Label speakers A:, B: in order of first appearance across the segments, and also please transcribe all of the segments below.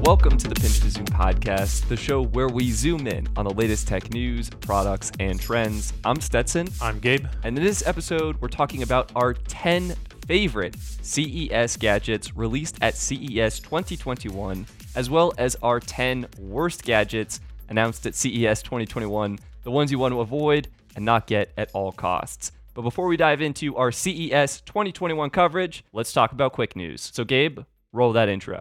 A: Welcome to the Pinch to Zoom podcast, the show where we zoom in on the latest tech news, products, and trends. I'm Stetson,
B: I'm Gabe.
A: and in this episode, we're talking about our 10 favorite CES gadgets released at E CES 2021, as well as our 10 worst gadgets announced at E CES 2021, the ones you want to avoid and not get at all costs. But before we dive into our E CES 2021 coverage, let's talk about quick news. So, Gabe, roll that intro.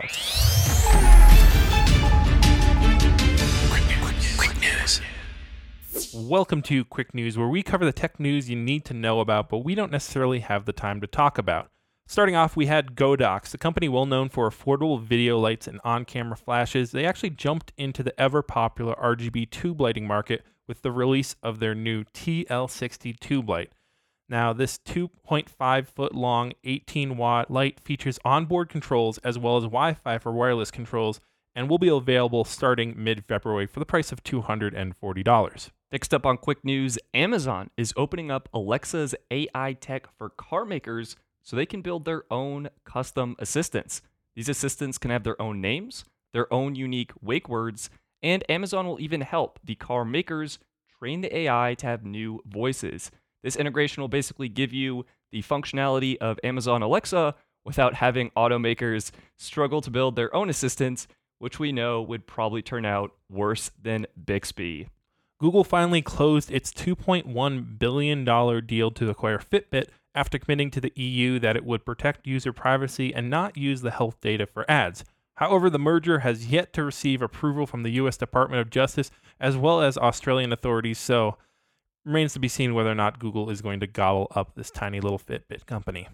B: Welcome to Quick News, where we cover the tech news you need to know about, but we don't necessarily have the time to talk about. Starting off, we had Godox, the company well known for affordable video lights and on camera flashes. They actually jumped into the ever popular RGB tube lighting market with the release of their new TL60 tube light. Now, this 2.5 foot long, 18 watt light features onboard controls as well as Wi Fi for wireless controls and will be available starting mid February for the price of $240.
A: Next up on quick news, Amazon is opening up Alexa's AI tech for car makers so they can build their own custom assistants. These assistants can have their own names, their own unique wake words, and Amazon will even help the car makers train the AI to have new voices. This integration will basically give you the functionality of Amazon Alexa without having automakers struggle to build their own assistants, which we know would probably turn out worse than Bixby.
B: Google finally closed its $2.1 billion deal to acquire Fitbit after committing to the EU that it would protect user privacy and not use the health data for ads. However, the merger has yet to receive approval from the US Department of Justice as well as Australian authorities, so remains to be seen whether or not Google is going to gobble up this tiny little Fitbit company.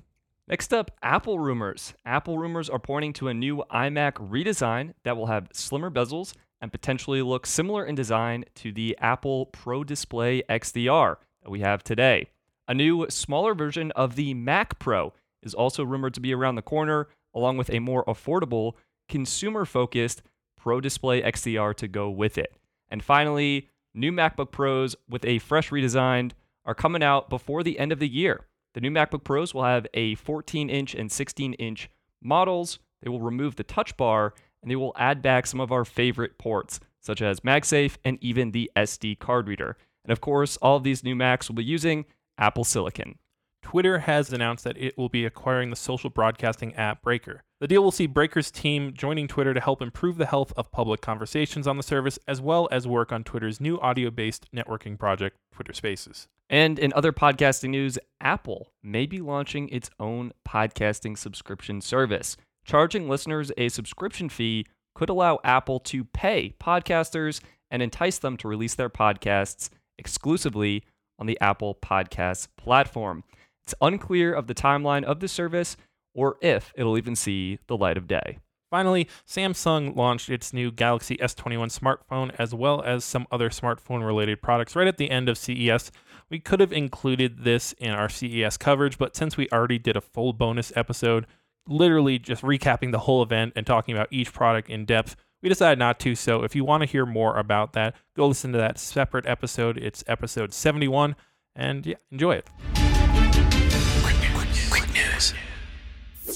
A: Next up, Apple rumors. Apple rumors are pointing to a new iMac redesign that will have slimmer bezels and potentially look similar in design to the Apple Pro Display XDR that we have today. A new, smaller version of the Mac Pro is also rumored to be around the corner, along with a more affordable, consumer focused Pro Display XDR to go with it. And finally, new MacBook Pros with a fresh redesign are coming out before the end of the year. The new MacBook Pros will have a 14 inch and 16 inch models. They will remove the touch bar and they will add back some of our favorite ports, such as MagSafe and even the SD card reader. And of course, all of these new Macs will be using Apple Silicon.
B: Twitter has announced that it will be acquiring the social broadcasting app Breaker. The deal will see Breaker's team joining Twitter to help improve the health of public conversations on the service, as well as work on Twitter's new audio based networking project, Twitter Spaces.
A: And in other podcasting news, Apple may be launching its own podcasting subscription service. Charging listeners a subscription fee could allow Apple to pay podcasters and entice them to release their podcasts exclusively on the Apple Podcasts platform. It's unclear of the timeline of the service or if it'll even see the light of day.
B: Finally, Samsung launched its new Galaxy S21 smartphone as well as some other smartphone related products right at the end of CES. We could have included this in our CES coverage, but since we already did a full bonus episode, literally just recapping the whole event and talking about each product in depth, we decided not to. So if you want to hear more about that, go listen to that separate episode. It's episode 71, and yeah, enjoy it.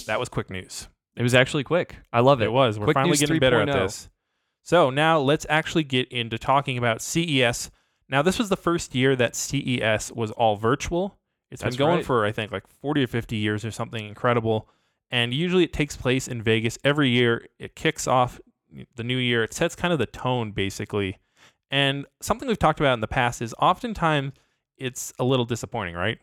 B: That was quick news.
A: It was actually quick. I love it.
B: It was. We're
A: Quick
B: finally
A: News oh.
B: getting better at
A: 3.0.
B: this. So now let's actually get into talking about CES. Now this was the first year that CES was all virtual. It's
A: That's
B: been going
A: right.
B: for I think like 40 or 50 years or something incredible. And usually it takes place in Vegas every year. It kicks off the new year. It sets kind of the tone basically. And something we've talked about in the past is oftentimes it's a little disappointing, right?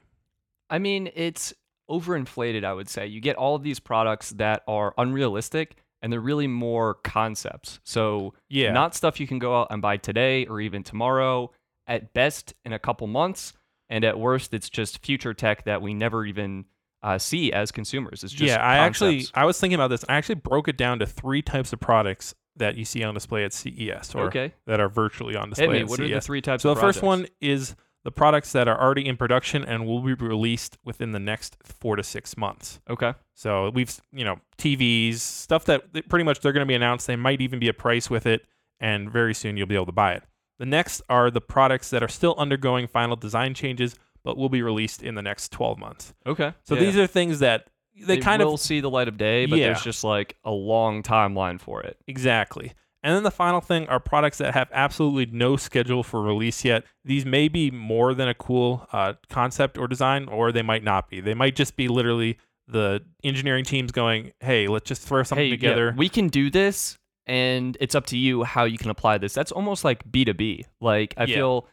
A: I mean, it's overinflated, I would say. You get all of these products that are unrealistic and they're really more concepts. So,
B: Yeah.
A: not stuff you can go out and buy today or even tomorrow, at best in a couple months. And at worst, it's just future tech that we never even uh, see as consumers. It's just
B: yeah, I actually
A: concepts.
B: I was thinking about this. I actually broke it down to three types of products that you see on display at CES or
A: Okay.
B: that are virtually on display
A: Hit me.
B: at
A: What
B: CES.
A: are the three types
B: so
A: of
B: the first
A: projects?
B: one is the products that are already in production and will be released within the next 4 to 6 months.
A: Okay.
B: So we've, s- you know, TVs, stuff that that pretty much they're going to be announced, they might even be a price with it and very soon you'll be able to buy it. The next are the products that are still undergoing final design changes but will be released in the next 12 months.
A: Okay.
B: So these are things that they, kind
A: will
B: of
A: see the light of day, but
B: Yeah.
A: there's just like a long timeline for it.
B: Exactly. And then the final thing are products that have absolutely no schedule for release yet. These may be more than a cool uh, concept or design, or they might not be. They might just be literally the engineering teams going, hey, let's just throw something
A: hey, yeah,
B: together.
A: we can do this, and it's up to you how you can apply this. That's almost like B two B. Like I
B: Yeah.
A: feel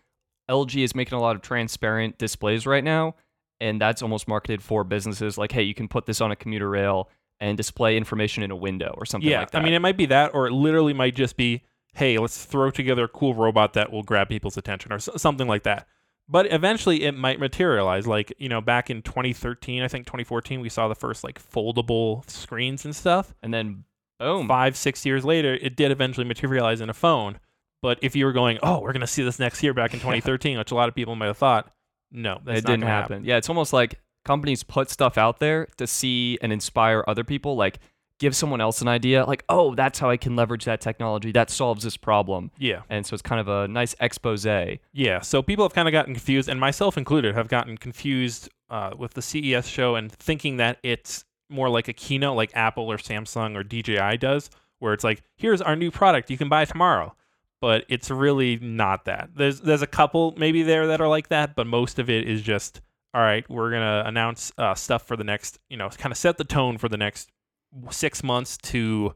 A: LG is making a lot of transparent displays right now, and that's almost marketed for businesses. Like, hey, you can put this on a commuter rail and display information in a window or something
B: yeah.
A: like that.
B: I mean, it might be that, or it literally might just be, hey, let's throw together a cool robot that will grab people's attention or s- something like that. But eventually it might materialize. Like, you know, back in 2013, I think 2014, we saw the first like foldable screens and stuff.
A: and then boom,
B: five, six years later, it did eventually materialize in a phone. But if you were going, oh, we're going to see this next year back in 2013, which a lot of people might have thought, no, that's
A: it
B: not
A: didn't
B: gonna
A: happen. Yeah, it's almost like companies put stuff out there to see and inspire other people. Like, give someone else an idea. Like, oh, that's how I can leverage that technology. That solves this problem.
B: Yeah.
A: And so it's kind of a nice expose.
B: Yeah. So people have kind of gotten confused, and myself included, have gotten confused uh, with the CES show and thinking that it's more like a keynote like Apple or Samsung or DJI does, where it's like, here's our new product you can buy tomorrow. But it's really not that. There's there's a couple maybe there that are like that, but most of it is just all right. We're gonna announce uh, stuff for the next, you know, kind of set the tone for the next six months to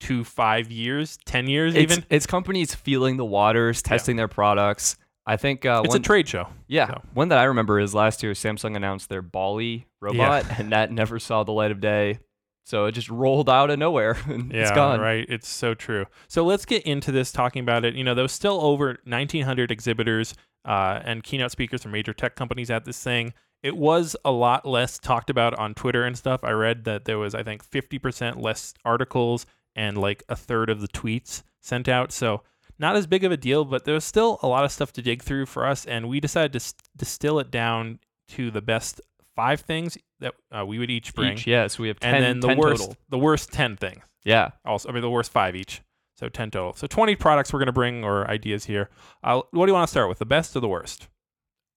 B: to five years, ten years,
A: It's,
B: even.
A: it's companies feeling the waters, testing their products. I think uh,
B: It's a
A: one,
B: trade show.
A: yeah,
B: so.
A: one that I remember is last year Samsung announced their Bali robot, and that never saw the light of day. So it just rolled out of nowhere and
B: Yeah,
A: it's gone.
B: right. It's so true. So let's get into this talking about it. You know, there was still over 1,900 exhibitors uh, and keynote speakers from major tech companies at this thing. It was a lot less talked about on Twitter and stuff. I read that there was, I think, 50% less articles and like a third of the tweets sent out. So not as big of a deal, but there was still a lot of stuff to dig through for us. And we decided to s- distill it down to the best five things that uh, we would each bring.
A: Each, yeah, so we have 10,
B: and then the
A: 10
B: worst,
A: total.
B: the worst 10 things
A: Yeah.
B: also i mean the worst five each so 10 total so 20 products we're going to bring or ideas here uh, what do you want to start with the best or the worst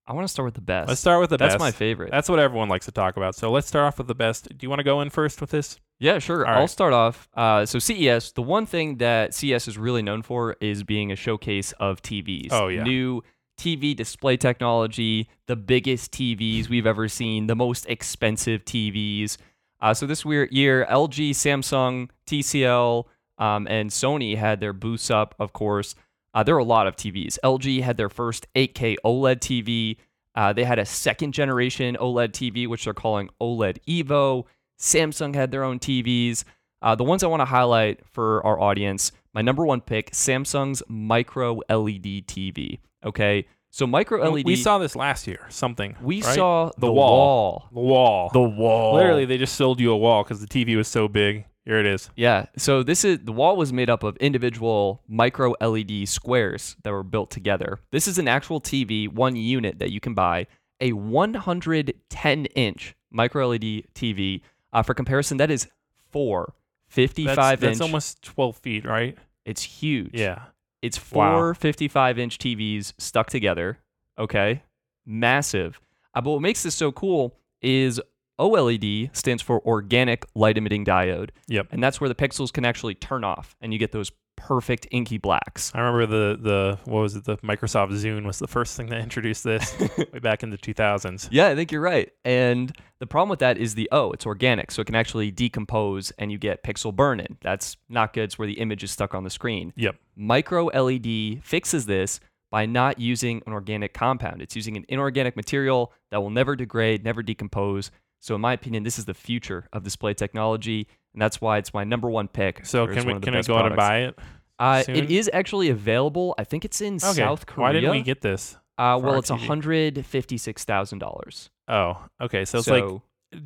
A: I want to start with the best.
B: let's start with the
A: That's
B: best
A: my favorite.
B: that's what everyone likes to talk about so let's start off with the best do you want to go in first with this
A: Yeah, sure.
B: All
A: I'll
B: right.
A: start off. Uh, so CES, the one thing that CES is really known for is being a showcase of TVs.
B: Oh, yeah.
A: New TV display technology, the biggest TVs we've ever seen, the most expensive TVs. Uh, so this weird year, LG, Samsung, TCL, um, and Sony had their booths up. Of course, uh, there were a lot of TVs. LG had their first 8K OLED TV. Uh, they had a second generation E OLED TV, which they're calling OLED Evo. Samsung had their own TVs. Uh, the ones I want to highlight for our audience, my number one pick, Samsung's micro E LED TV. Okay, so micro LED.
B: we saw this last year something
A: E we
B: right?
A: saw
B: The
A: the,
B: wall. the wall
A: The wall.
B: literally they just sold you a wall because the tv was so big here it is
A: Yeah. So this is the wall was made up of individual micro LED squares that were built together. This is an actual TV, one unit that you can buy, a 110 inch micro E LED TV. Uh, for comparison, that is four 55
B: that's, that's
A: inch.
B: almost 12 feet right
A: it's huge.
B: yeah
A: It's
B: Wow.
A: four 55 inch TVs stuck together. Okay. Massive. Uh, but what makes this so cool is OLED stands for organic light emitting diode.
B: yep
A: And that's where the pixels can actually turn off and you get those perfect inky blacks.
B: I remember the the what was it? The Microsoft Zune was the first thing that introduced this way back in the 2000s.
A: Yeah, I think you're right. And the problem with that is the O, it's organic. So it can actually decompose and you get pixel burn in. That's not good. It's where the image is stuck on the screen.
B: Yep.
A: Micro LED fixes this by not using an organic compound. It's using an inorganic material that will never degrade, never decompose. So, in my opinion, this is the future of display technology. And that's why it's my number one pick.
B: So
A: for it's
B: can
A: one
B: we
A: of the
B: can I
A: best
B: go out and
A: products.
B: buy it?
A: Uh,
B: soon?
A: it is actually available. I think it's in South Korea.
B: Why didn't we get this?
A: Uh,
B: for
A: well,
B: our
A: it's
B: TV?
A: hundred fifty-six thousand dollars.
B: Oh, okay. So it's like,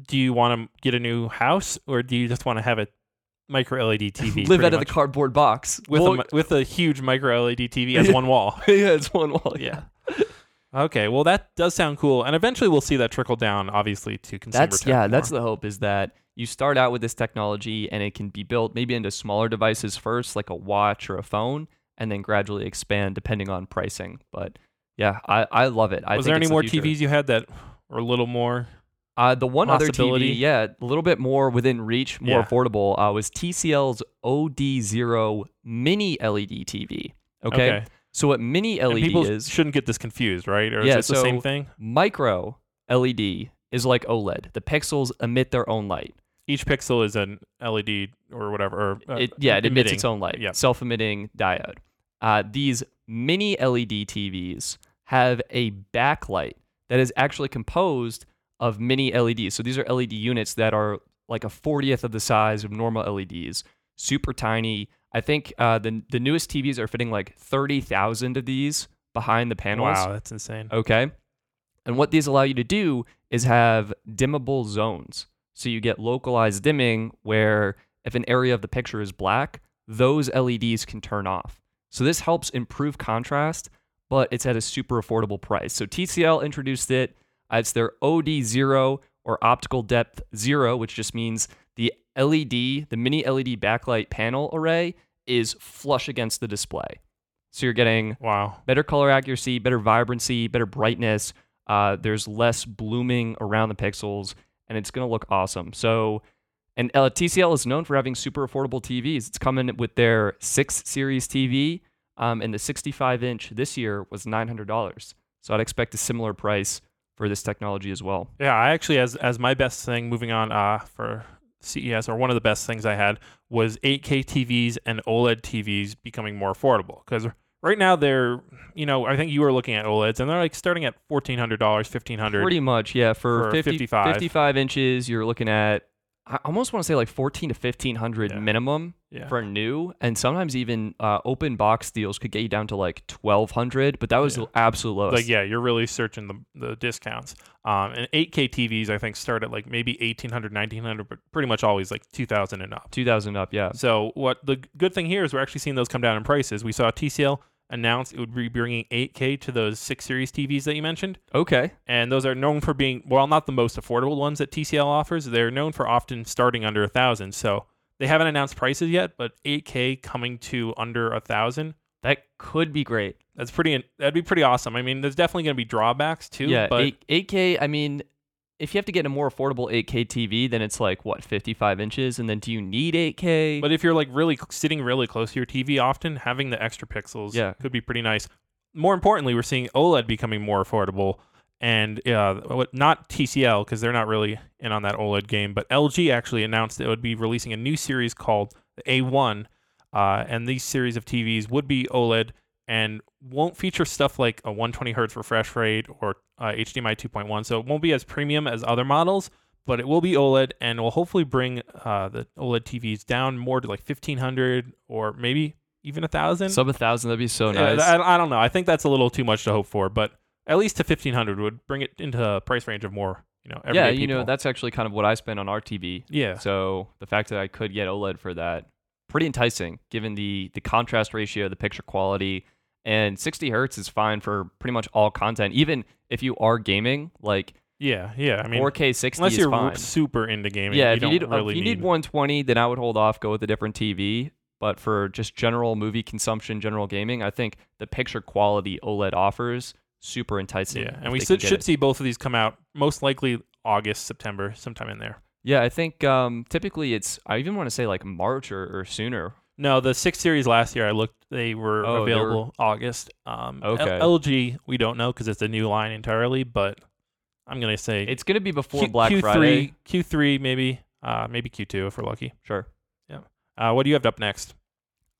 B: do you want to get a new house or do you just want to have a micro E LED TV?
A: live
B: pretty
A: out of the
B: much?
A: cardboard box
B: with
A: Well,
B: a mi- with a huge micro E LED TV as one wall.
A: yeah, it's one wall.
B: Yeah. Okay, well that does sound cool, and eventually we'll see that trickle down, obviously, to consumer.
A: that's
B: tech
A: yeah.
B: more.
A: That's the hope is that you start out with this technology and it can be built maybe into smaller devices first, like a watch or a phone, and then gradually expand depending on pricing. But yeah, I, I love it. I
B: was
A: think
B: there any
A: it's the
B: more
A: future.
B: TVs you had that were a little more
A: Uh, the one other
B: Possibility.
A: TV, yeah, a little bit more within reach, more
B: Yeah.
A: affordable, uh, was TCL's OD0 Mini E LED TV. Okay?
B: Okay.
A: So what Mini
B: And
A: LED
B: people
A: is
B: shouldn't get this confused, right? Or
A: Yeah,
B: is it the same
A: so-
B: thing?
A: micro LED is like OLED. The pixels emit their own light.
B: Each pixel is an LED or whatever. Or, uh,
A: it, yeah, it emits its
B: emitting.
A: own light.
B: yeah.
A: Self-emitting diode. Uh, these mini E LED TVs have a backlight that is actually composed of mini LEDs. So these are LED units that are like a 40th of the size of normal LEDs, super tiny. I think uh, the the newest TVs are fitting like 30,000 of these behind the panels.
B: Wow, that's insane.
A: Okay. And what these allow you to do is have dimmable zones. So you get localized dimming where if an area of the picture is black, those LEDs can turn off. So this helps improve contrast, but it's at a super affordable price. So TCL introduced it. Uh, It's their OD0 or optical depth zero, which just means the LED, the mini LED backlight panel array is flush against the display. So you're getting
B: Wow.
A: better color accuracy, better vibrancy, better brightness. Uh, there's less blooming around the pixels, and it's going to look awesome. So, and uh, TCL is known for having super affordable TVs. It's coming with their 6 Series TV, um, and the 65 inch this year was $900. So, I'd expect a similar price for this technology as well.
B: Yeah, I actually as as my best thing moving on uh for CES or one of the best things I had was 8K TVs and E OLED TVs becoming more affordable cuz right now they're you know, I think you were looking at OLEDs and they're like starting at $1400, 1500.
A: Pretty much, yeah. For,
B: For
A: 50,
B: 55.
A: 55 inches, you're looking at, I almost want to say like 14 to 1500
B: Yeah.
A: minimum.
B: yeah.
A: for new and sometimes even uh, open box deals could get you down to like 1200 but that was
B: Yeah.
A: the absolute lowest
B: like yeah, you're really searching the the discounts. Um and 8K TVs I think start at like maybe 1800, 1900 but pretty much always like 2000 and up.
A: 2000 up yeah
B: So what the g- good thing here is we're actually seeing those come down in prices. We saw TCL announce it would be bringing 8K to those six series TVs that you mentioned,
A: okay
B: and those are known for being well, not the most affordable ones that TCL offers. They're known for often starting under a thousand. So they haven't announced prices yet, but 8K coming to under a thousand.
A: that could be great
B: That's pretty. That'd be pretty awesome. I mean, there's definitely going to be drawbacks too.
A: yeah
B: but
A: 8, 8k i mean if you have to get a more affordable 8k tv then it's like what 55 inches and then do you need 8k
B: But if you're like really c- sitting really close to your TV, often having the extra pixels
A: Yeah.
B: could be pretty nice. More importantly, we're seeing OLED becoming more affordable, and uh, what- not TCL because they're not really in on that OLED game. But LG actually announced that it would be releasing a new series called the A1, uh, and these series of TVs would be OLED and won't feature stuff like a 120 hertz refresh rate or uh, HDMI 2.1. So it won't be as premium as other models, but it will be OLED and will hopefully bring uh, the OLED TVs down more to like 1500 or maybe even a thousand.
A: sub a thousand that'd be so
B: Yeah,
A: nice
B: I, I don't know. I think that's a little too much to hope for, but at least to 1500 would bring it into a price range of more, you know, everyday
A: yeah you know
B: people.
A: that's actually kind of what i spend on our tv
B: yeah.
A: so the fact that i could get oled for that pretty enticing given the the contrast ratio the picture quality and 60 hertz is fine for pretty much all content even if you are gaming like
B: Yeah, yeah. I mean,
A: 4k 60
B: unless
A: is
B: you're
A: fine
B: super into gaming,
A: yeah
B: you
A: if you
B: don't
A: need
B: really
A: if you need, 120 then i would hold off go with a different tv but for just general movie consumption general gaming i think the picture quality oled offers super enticing
B: Yeah,
A: if
B: and we
A: they
B: should,
A: can get
B: should
A: it.
B: see both of these come out most likely August, September, sometime in there.
A: yeah i think um typically it's i even want to say like march or, or sooner
B: No, the six series last year I looked, they were
A: Oh, they were-
B: available August. Um, L-
A: Okay.
B: LG, we don't know because it's a new line entirely, but I'm gonna say
A: it's going to be before
B: Q-
A: black
B: Q3,
A: friday
B: Q3 maybe, uh, maybe Q2 if we're lucky.
A: Sure.
B: Uh, what do you have up next?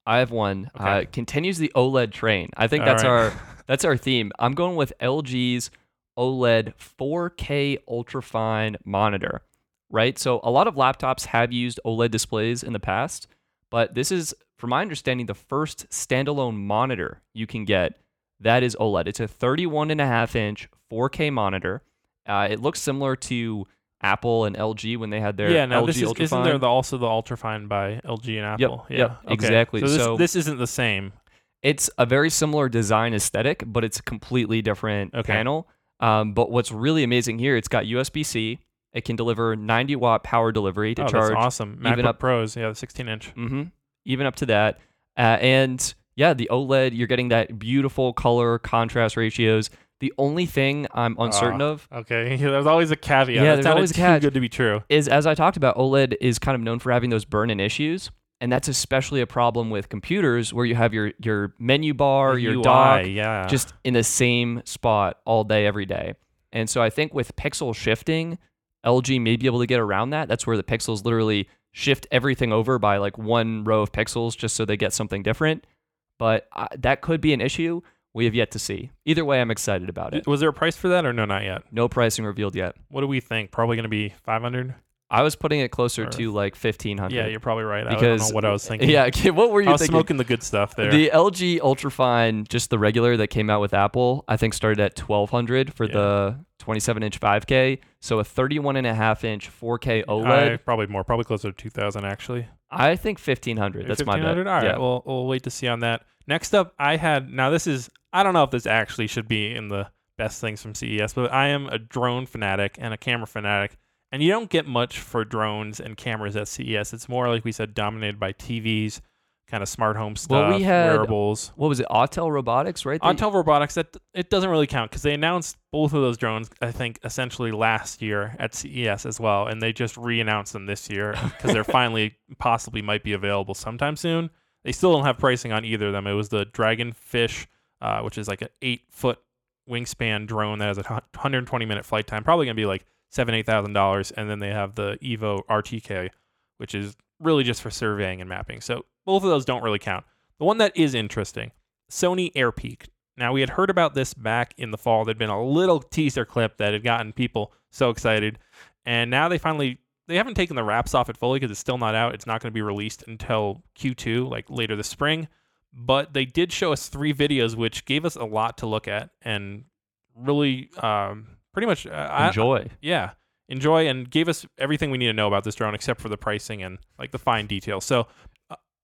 A: I have one. Uh,
B: Okay.
A: continues the OLED train. I think
B: All
A: that's
B: right.
A: our that's our theme. I'm going with LG's OLED 4K ultrafine monitor. Right? So a lot of laptops have used OLED displays in the past, but this is from my understanding the first standalone monitor you can get that is OLED. It's a 31 and a half inch 4K monitor. Uh, it looks similar to Apple and LG when they had their
B: yeah, now
A: LG
B: this is,
A: ultrafine.
B: isn't there the, also the Ultrafine by LG and
A: Yep,
B: Apple?
A: yep,
B: yeah, okay.
A: exactly.
B: So this,
A: So-
B: this isn't the same.
A: It's a very similar design aesthetic, but it's a completely different
B: Okay.
A: panel. Um, but what's really amazing here, it's got USB C. It can deliver 90 watt power delivery to
B: oh,
A: charge,
B: that's awesome.
A: even
B: MacBook
A: up-
B: Pros, yeah, the 16 inch.
A: hmm even up to that. E Uh, and yeah, the OLED, you're getting that beautiful color contrast ratios. The only thing I'm uncertain
B: Ah.
A: of
B: Okay, there's always a caveat.
A: Yeah,
B: That
A: there's
B: sounded
A: always a
B: too
A: catch.
B: good to be true.
A: is, as I talked about, OLED is kind of known for having those burn-in issues, and that's especially a problem with computers where you have your your menu bar, your
B: UI,
A: dock,
B: yeah.
A: just in the same spot all day every day. And so I think with pixel shifting, LG may be able to get around that. That's where the pixels literally shift everything over by like one row of pixels just so they get something different. But uh, that could be an issue. We have yet to see. Either way, I'm excited about it.
B: Uh, was there a price for that or no? Not yet.
A: No pricing revealed yet.
B: What do we think? Probably going to be 500.
A: I was putting it closer
B: Earth.
A: to like 1500.
B: Yeah, you're probably right. I don't
A: Because-
B: know what I was thinking.
A: Yeah, what were you
B: I was
A: thinking?
B: smoking the good stuff there.
A: The LG Ultrafine, just the regular that came out with Apple, I think started at 1200 for
B: Yeah.
A: the 27 inch 5K. So a 31 and a half inch 4K
B: I-
A: OLED,
B: probably more, probably closer to 2,000 actually.
A: E I, think 1500. That's my bet.
B: 1,500? All right,
A: Yeah.
B: we'll, we'll wait to see on that. Next up, I had, now this is, I don't know if this actually should be in the best things from CES, but I am a drone fanatic and a camera fanatic. And you don't get much for drones and cameras at CES. It's more, like we said, dominated by TVs, kind of smart home stuff,
A: Well, we had-
B: wearables.
A: What was it? Autel Robotics, right?
B: On Ontel Robotics, that it doesn't really count because they announced both of those drones, I think, essentially last year at CES as well, and they just re-announced them this year because they're finally possibly might be available sometime soon. They still don't have pricing on either of them. It was the Dragonfish, uh, which is like an eight-foot wingspan drone that has a 120 minute flight time, probably gonna be like seven, eight thousand dollars, and then they have the Evo RTK, which is really just for surveying and mapping. So both of those don't really count. The one that is interesting, Sony AirPeak. Now we had heard about this back in the fall. There'd been a little teaser clip that had gotten people so excited, and now they finally they haven't taken the wraps off it fully because it's still not out. It's not going to be released until Q2, like later this spring. But they did show us three videos, which gave us a lot to look at and really, um, pretty much. Uh, I-
A: Enjoy.
B: yeah enjoy and gave us everything we need to know about this drone except for the pricing and like the fine details so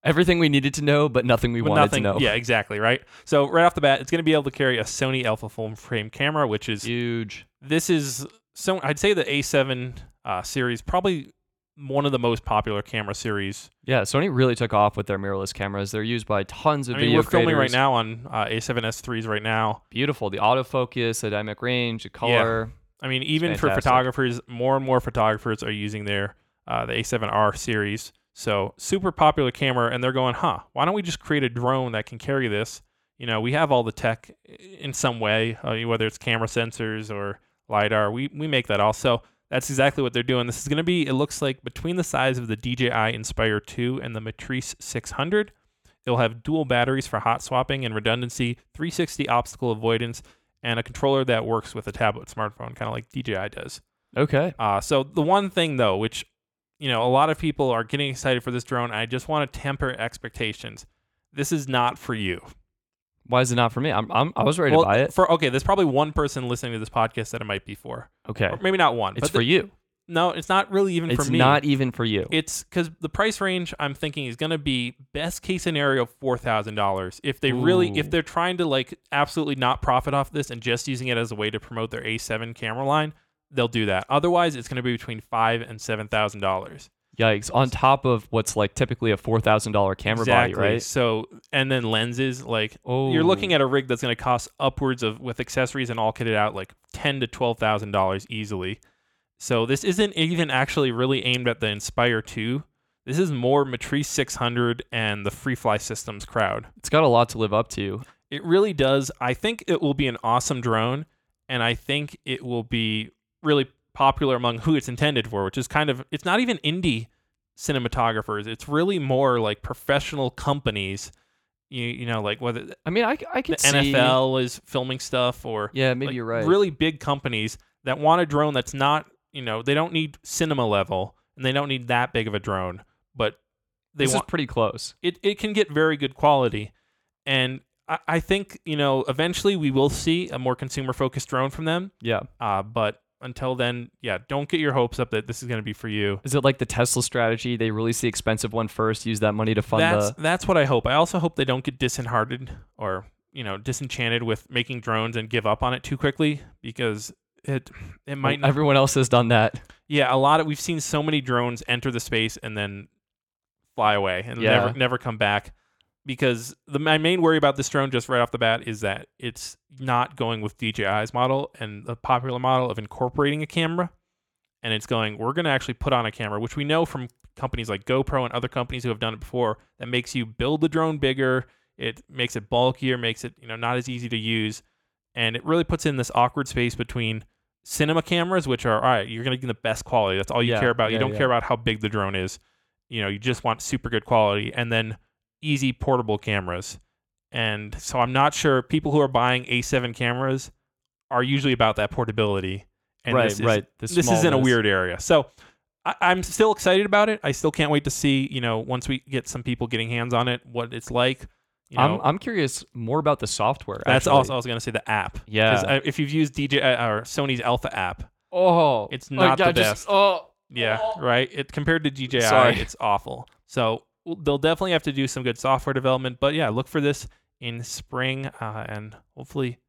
A: Everything we needed to know, but nothing we
B: well,
A: wanted
B: nothing
A: to know.
B: yeah exactly right so right off the bat it's going to be able to carry a sony alpha full frame camera which is
A: Huge.
B: this is so i'd say the a7 uh, series probably one of the most popular camera series
A: Yeah, Sony really took off with their mirrorless cameras. They're used by tons of
B: i mean
A: video
B: we're filming right
A: creators.
B: now on uh, a7s3s right now
A: Beautiful. The autofocus, the dynamic range, the color.
B: I mean, even for
A: fantastic.
B: photographers, more and more photographers are using their uh, the A7R series. So super popular camera, and they're going, huh? Why don't we just create a drone that can carry this? You know, we have all the tech i- in some way, I mean, whether it's camera sensors or lidar. We we make that all. So that's exactly what they're doing. This is going to be. It looks like between the size of the DJI Inspire 2 and the Matrice 600. It'll have dual batteries for hot swapping and redundancy, 360 obstacle avoidance, and a controller that works with a tablet smartphone, kind of like DJI does.
A: Okay.
B: Uh, so the one thing though, which you know, a lot of people are getting excited for this drone. I just want to temper expectations. This is not for you.
A: Why is it not for me? I'm, I'm I was ready
B: Well,
A: to buy it.
B: For okay, there's probably one person listening to this podcast that it might be for,
A: Okay.
B: or maybe not one.
A: It's
B: but
A: for
B: the-
A: you.
B: No, it's not really even
A: It's
B: for me.
A: not even for you.
B: It's because the price range I'm thinking is going to be best case scenario four thousand dollars. If they really,
A: Ooh.
B: if they're trying to like absolutely not profit off this and just using it as a way to promote their A7 camera line, they'll do that. Otherwise, it's going to be between five and seven thousand dollars.
A: Yikes! On top of what's like typically a four thousand dollar camera body, right?
B: So, and then lenses, like
A: Oh,
B: you're looking at a rig that's going to cost upwards of with accessories and all kitted out like ten to twelve thousand dollars easily. So this isn't even actually really aimed at the Inspire two. This is more Matrice six hundred and the FreeFly Systems crowd.
A: it's got a lot to live up to.
B: It really does. I think it will be an awesome drone, and I think it will be really popular among who it's intended for, which is kind of it's not even indie cinematographers. It's really more like professional companies. You you know like whether
A: I mean, I I
B: the
A: could see.
B: NFL is filming stuff or
A: Yeah, maybe
B: like,
A: you're right.
B: really big companies that want a drone that's not, you know, they don't need cinema level and they don't need that big of a drone, but they
A: this
B: want
A: is pretty close.
B: it, it can get very good quality. And I, I think, you know, eventually we will see a more consumer focused drone from them.
A: Yeah.
B: Uh, but until then, yeah, don't get your hopes up that this is going to be for you.
A: Is it like the Tesla strategy? They release the expensive one first, use that money to fund
B: that's
A: the.
B: that's what I hope. I also hope they don't get disheartened or you know disenchanted with making drones and give up on it too quickly because it it might not.
A: Everyone else has done that.
B: Yeah, a lot of we've seen so many drones enter the space and then fly away and
A: Yeah.
B: never never come back. because the my main worry about this drone just right off the bat is that it's not going with DJI's model and the popular model of incorporating a camera and it's going we're going to actually put on a camera which we know from companies like GoPro and other companies who have done it before that makes you build the drone bigger it makes it bulkier makes it you know not as easy to use and it really puts in this awkward space between cinema cameras which are all right you're going to get the best quality that's all you
A: Yeah,
B: care about you
A: yeah,
B: don't
A: yeah.
B: care about how big the drone is you know you just want super good quality and then easy portable cameras and so i'm not sure people who are buying a7 cameras are usually about that portability and
A: right,
B: this is
A: right. The
B: this is in a
A: smallness.
B: weird area. So I, I'm still excited about it. I still can't wait to see, you know, once we get some people getting hands on it, what it's like. You know,
A: I'm I'm curious more about the software.
B: that's
A: actually.
B: also I was going to say the app. 'Cause,
A: yeah.
B: uh, if you've used DJ uh, or Sony's Alpha app,
A: oh,
B: it's not
A: yeah,
B: the
A: just-
B: best.
A: oh,
B: yeah,
A: oh.
B: right. It compared to DJI,
A: Sorry.
B: it's awful. So well, they'll definitely have to do some good software development. But yeah, look for this in spring, uh, and hopefully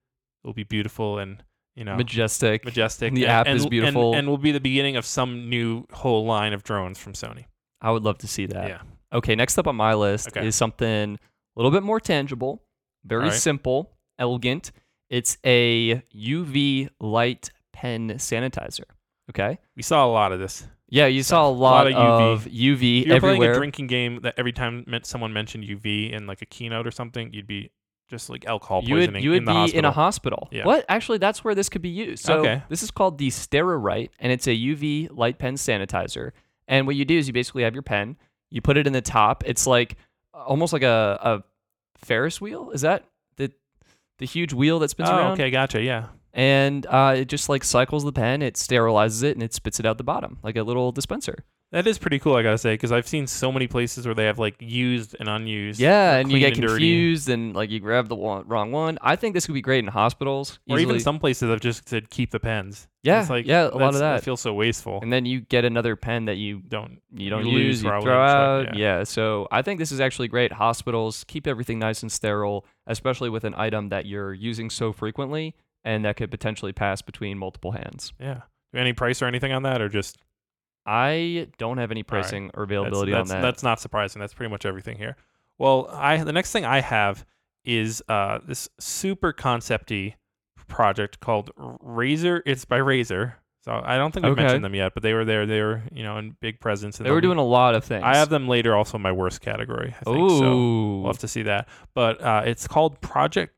B: it'll be beautiful and you know
A: majestic.
B: majestic.
A: The
B: and-
A: app
B: and-
A: is
B: and-
A: beautiful.
B: and will be the beginning of some new whole line of drones from Sony.
A: I would love to see that.
B: Yeah.
A: Okay, next up on my list
B: Okay.
A: is something a little bit more tangible, very
B: All right.
A: simple, elegant. It's a UV light pen sanitizer. Okay.
B: We saw a lot of this.
A: Yeah, you saw a
B: lot
A: lot,
B: of
A: of UV,
B: If you were playing a
A: everywhere.
B: drinking game that every time meant someone mentioned UV in like a keynote or something, you'd be just like alcohol
A: you
B: poisoning
A: would you would
B: in
A: be
B: the hospital.
A: in a hospital.
B: Yeah.
A: What? Actually, that's where this could be used. So
B: Okay.
A: this is called the Sterorite, and it's a UV light pen sanitizer. And what you do is you basically have your pen, you put it in the top. It's like uh, almost like a, a Ferris wheel. Is that the the huge wheel that spins
B: oh,
A: around?
B: okay, gotcha. Yeah,
A: And uh, it just like cycles the pen, it sterilizes it, and it spits it out the bottom like a little dispenser.
B: that is pretty cool. I gotta say because I've seen so many places where they have like used and unused.
A: Yeah,
B: or
A: and you
B: clean
A: get
B: and dirty.
A: confused, and like you grab the one, wrong one. I think this could be great in hospitals.
B: Or even
A: easily.
B: some places have just said keep the pens.
A: Yeah,
B: it's like,
A: yeah, a lot of
B: that's-
A: that.
B: feels so wasteful.
A: and then you get another pen that you
B: Don't
A: you don't
B: You lose,
A: use, you
B: probably,
A: throw
B: so,
A: out.
B: yeah.
A: yeah. so I think this is actually great. Hospitals keep everything nice and sterile, especially with an item that you're using so frequently and that could potentially pass between multiple hands.
B: yeah. Any price or anything on that, or just
A: I don't have any
B: right.
A: pricing or
B: That's-
A: availability
B: that's,
A: on that.
B: That's not surprising. That's pretty much everything here. Well, I the next thing I have is uh, this super concepty project called Razor. It's by Razor. So I don't think we've
A: Okay.
B: mentioned them yet, but they were there. They were you know in big presence. And
A: they were
B: they'll
A: doing a lot of things.
B: be- I have them later. Also, in my worst category. I think, So
A: Ooh.
B: we'll have to see that. But uh, it's called Project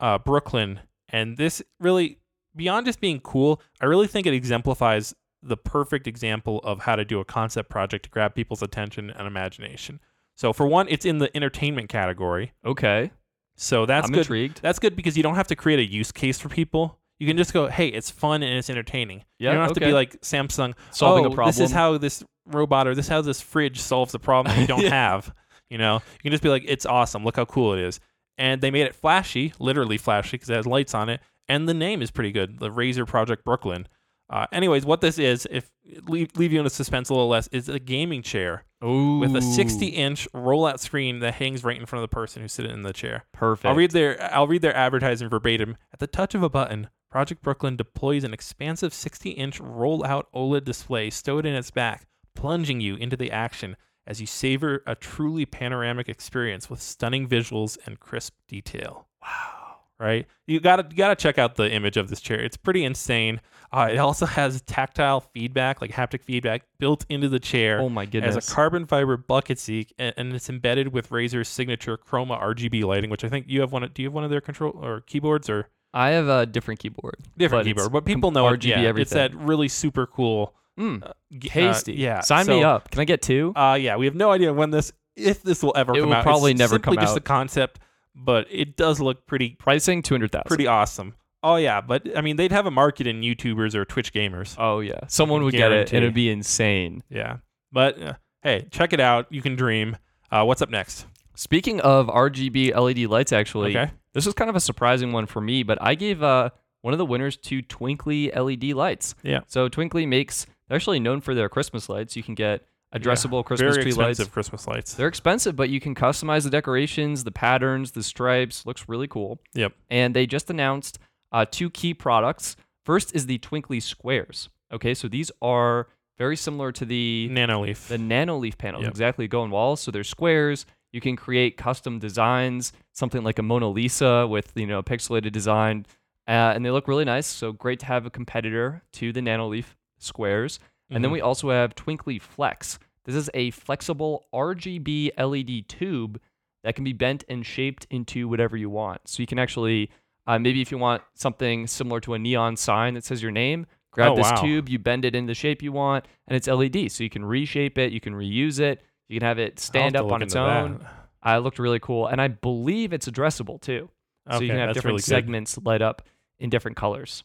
B: uh, Brooklyn, and this really beyond just being cool, I really think it exemplifies the perfect example of how to do a concept project to grab people's attention and imagination. So for one, it's in the entertainment category.
A: okay.
B: So that's
A: I'm
B: good.
A: intrigued.
B: That's good because you don't have to create a use case for people. You can just go, "Hey, it's fun and it's entertaining."
A: Yeah,
B: you don't have to be
A: okay.
B: like Samsung
A: Solving
B: oh,
A: a problem.
B: This is how this robot or this how this fridge solves a problem you don't
A: Yeah.
B: have. You know, you can just be like, it's awesome. Look how cool it is. And they made it flashy, literally flashy, because it has lights on it. And the name is pretty good, the Razor Project Brooklyn. Uh, anyways, what this is, if leave, leave you in a suspense a little less, is a gaming chair
A: Ooh.
B: with a 60 inch rollout screen that hangs right in front of the person who's sitting in the chair.
A: Perfect.
B: I'll read their I'll read their advertising verbatim. At the touch of a button, Project Brooklyn deploys an expansive 60-inch rollout OLED display stowed in its back, plunging you into the action as you savor a truly panoramic experience with stunning visuals and crisp detail. Wow. Right? You gotta you gotta check out the image of this chair. It's pretty insane. Uh, it also has tactile feedback, like haptic feedback, built into the chair
A: oh my goodness.
B: as a carbon fiber bucket seat, and, and it's embedded with Razer's signature chroma RGB lighting, which I think you have one. Do you have one of their control or keyboards or
A: I have a different keyboard.
B: different
A: But it's
B: keyboard? But
A: com-
B: people know
A: RGB
B: it. Yeah, it's
A: everything.
B: that really super cool.
A: Mm,
B: g- uh,
A: tasty.
B: yeah.
A: Sign me
B: so,
A: up. Can I get two?
B: Uh, yeah, we have no idea when this, if this will ever
A: It
B: come
A: will
B: out.
A: probably
B: it's
A: never
B: simply
A: come
B: Just the
A: out.
B: concept, but it does look pretty
A: Pricing 200,000.
B: pretty awesome. Oh yeah, but I mean they'd have a market in YouTubers or Twitch gamers.
A: Oh yeah. Someone would get it and
B: Guarantee.
A: it'd be insane.
B: Yeah, but uh, hey, check it out. You can dream. Uh, what's up next?
A: Speaking of RGB LED E lights, actually,
B: Okay.
A: this was kind of a surprising one for me, but I gave uh, one of the winners to Twinkly LED lights.
B: Yeah.
A: So Twinkly makes, they're actually known for their Christmas lights. You can get addressable Christmas
B: Very
A: tree lights.
B: expensive Christmas lights.
A: They're expensive, but you can customize the decorations, the patterns, the stripes. Looks really cool.
B: Yep.
A: And they just announced uh, two key products. First is the Twinkly Squares. Okay, so these are very similar to the
B: Nano leaf.
A: the nano leaf panels
B: Yep.
A: exactly go on walls so they're squares You can create custom designs, something like a Mona Lisa with you know a pixelated design, uh, and they look really nice. So great to have a competitor to the NanoLeaf squares. And then
B: Mhm.
A: we also have Twinkly Flex. This is a flexible RGB LED E tube that can be bent and shaped into whatever you want. So you can actually, uh, maybe if you want something similar to a neon sign that says your name, grab
B: Oh,
A: this
B: wow.
A: tube, you bend it in the shape you want, and it's LED. So you can reshape it, you can reuse it, you can have it
B: I'll have
A: stand
B: to
A: up
B: look
A: on its
B: into that.
A: own. Uh, it looked really cool. And I believe it's addressable too. So
B: Okay,
A: you can have
B: that's
A: different
B: really good.
A: segments light up in different colors.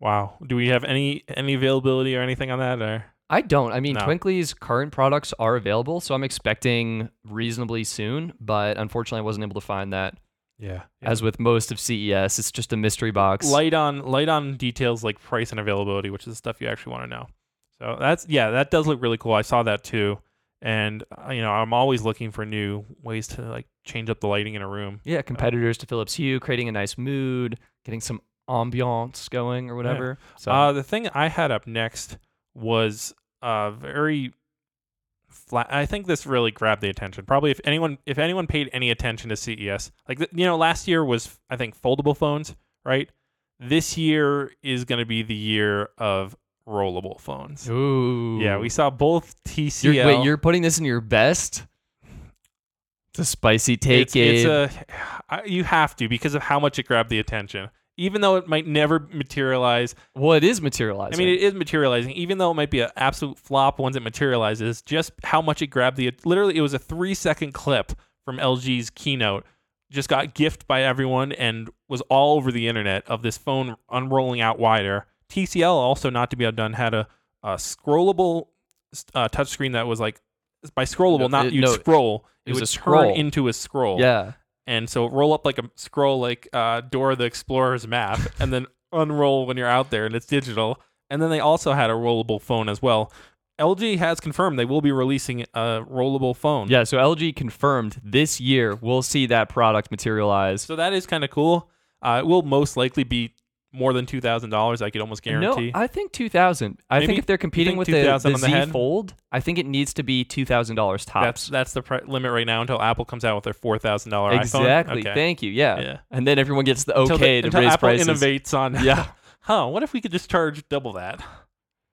B: Wow. Do we have any any availability or anything on that? Or
A: I don't. I mean,
B: No.
A: Twinkly's current products are available, so I'm expecting reasonably soon. But unfortunately, I wasn't able to find that.
B: yeah,
A: As with most of CES, it's just a mystery box.
B: light on light on details like price and availability, which is the stuff you actually want to know. So that's yeah, that does look really cool. I saw that too, and uh, you know I'm always looking for new ways to like change up the lighting in a room.
A: yeah, competitors to Philips Hue, creating a nice mood, getting some ambiance going or whatever. So
B: Uh, the thing I had up next was uh very flat. I think this really grabbed the attention. Probably if anyone if anyone paid any attention to CES, like th- you know last year was I think foldable phones, right? This year is going to be the year of rollable phones.
A: ooh,
B: Yeah, we uh, saw both TCL.
A: You're, wait, you're putting this in your best? It's a spicy take.
B: it's, it's
A: Gabe.
B: a I- you have to because of how much it grabbed the attention. Even though it might never materialize,
A: well, it is materializing.
B: I mean, it is materializing, even though it might be an absolute flop once it materializes. Just how much it grabbed the literally, it was a three second clip from LG's keynote, just got gift by everyone and was all over the internet of this phone unrolling out wider. TCL also not to be outdone had a, a scrollable uh, touchscreen that was like by scrollable,
A: No,
B: not
A: it-
B: you
A: no,
B: scroll.
A: it was
B: would
A: a
B: turn
A: scroll.
B: into a scroll
A: yeah.
B: and so roll up like a scroll like uh, Dora the Explorer's map, and then unroll when you're out there, and it's digital. And then they also had a rollable phone as well. LG has confirmed they will be releasing a rollable phone.
A: Yeah, so LG confirmed this year we'll see that product materialize.
B: So that is kind of cool. Uh, it will most likely be more than two thousand dollars. I could almost guarantee.
A: No, I think 2000. I think
B: Maybe-
A: if they're competing
B: think
A: with the,
B: 2000
A: the
B: on the
A: Z
B: head?
A: Fold, I think it needs to be $2,000
B: that's
A: tops.
B: that's the pri limit right now until Apple comes out with their four thousand dollar iPhone.
A: exactly.
B: Okay.
A: Thank you. Yeah.
B: Yeah.
A: And then everyone gets the
B: Until
A: okay to
B: the- until
A: raise
B: Apple
A: prices.
B: innovates on.
A: Yeah.
B: Huh? What if we could just charge double that?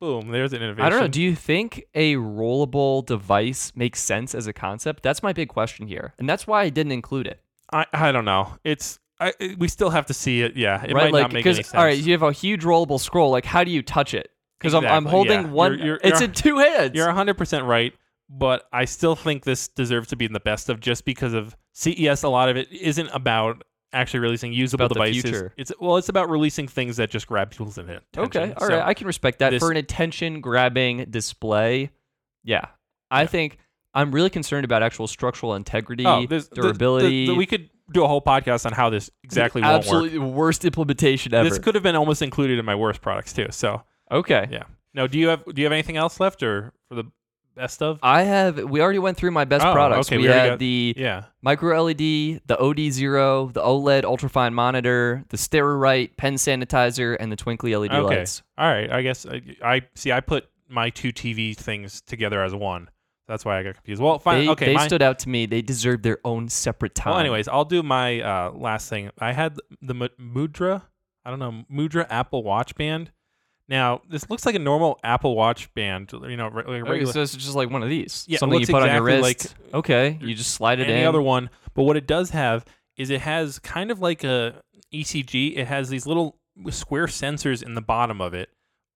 B: Boom! There's an innovation.
A: I don't know. Do you think a rollable device makes sense as a concept? That's my big question here. And that's why I didn't include it.
B: I I don't know. It's I it- we still have to see it. Yeah, it
A: right?
B: might
A: like,
B: not make
A: 'cause,
B: any sense.
A: All right. You have a huge rollable scroll. Like, how do you touch it? Because I'm, I'm
B: Exactly,
A: holding
B: yeah.
A: one.
B: You're- you're-
A: it's
B: you're-
A: in two hands.
B: You're 100 percent right, but I still think this deserves to be in the best of just because of CES. A lot of it isn't about actually releasing usable
A: about the
B: devices.
A: future.
B: It's well, it's about releasing things that just grab people's attention.
A: Okay, all right,
B: So,
A: I can respect that
B: this-
A: for an attention-grabbing display. Yeah, I think I'm really concerned about actual structural integrity,
B: oh, there's- the- the-
A: durability.
B: the- we could do a whole podcast on how this exactly won't work.
A: absolutely worst implementation ever.
B: This could have been almost included in my worst products too. So
A: okay,
B: yeah. No, do you have do you have anything else left or for the best of?
A: I have. We already went through my best
B: Oh,
A: products.
B: okay,
A: we
B: we already
A: had
B: got-
A: the
B: yeah.
A: micro LED, the OD zero, the OLED ultrafine monitor, the Sterilite pen sanitizer, and the twinkly LED
B: Okay.
A: lights.
B: All right. I guess I, I see. I put my two TV things together as one. That's why I got confused. Well, fine.
A: They,
B: okay.
A: they
B: my,
A: stood out to me. They deserved their own separate time.
B: well, anyways, I'll do my uh, last thing. I had the Mu- Mudra. I don't know Mudra Apple Watch Band. Now this looks like a normal Apple Watch band. You know, re- like
A: Okay,
B: regular,
A: so it's just like one of these.
B: Yeah, it
A: Something you
B: looks
A: put on your
B: exactly
A: wrist. okay, you just slide it
B: any
A: in.
B: other one. But what it does have is it has kind of like a ECG. It has these little square sensors in the bottom of it.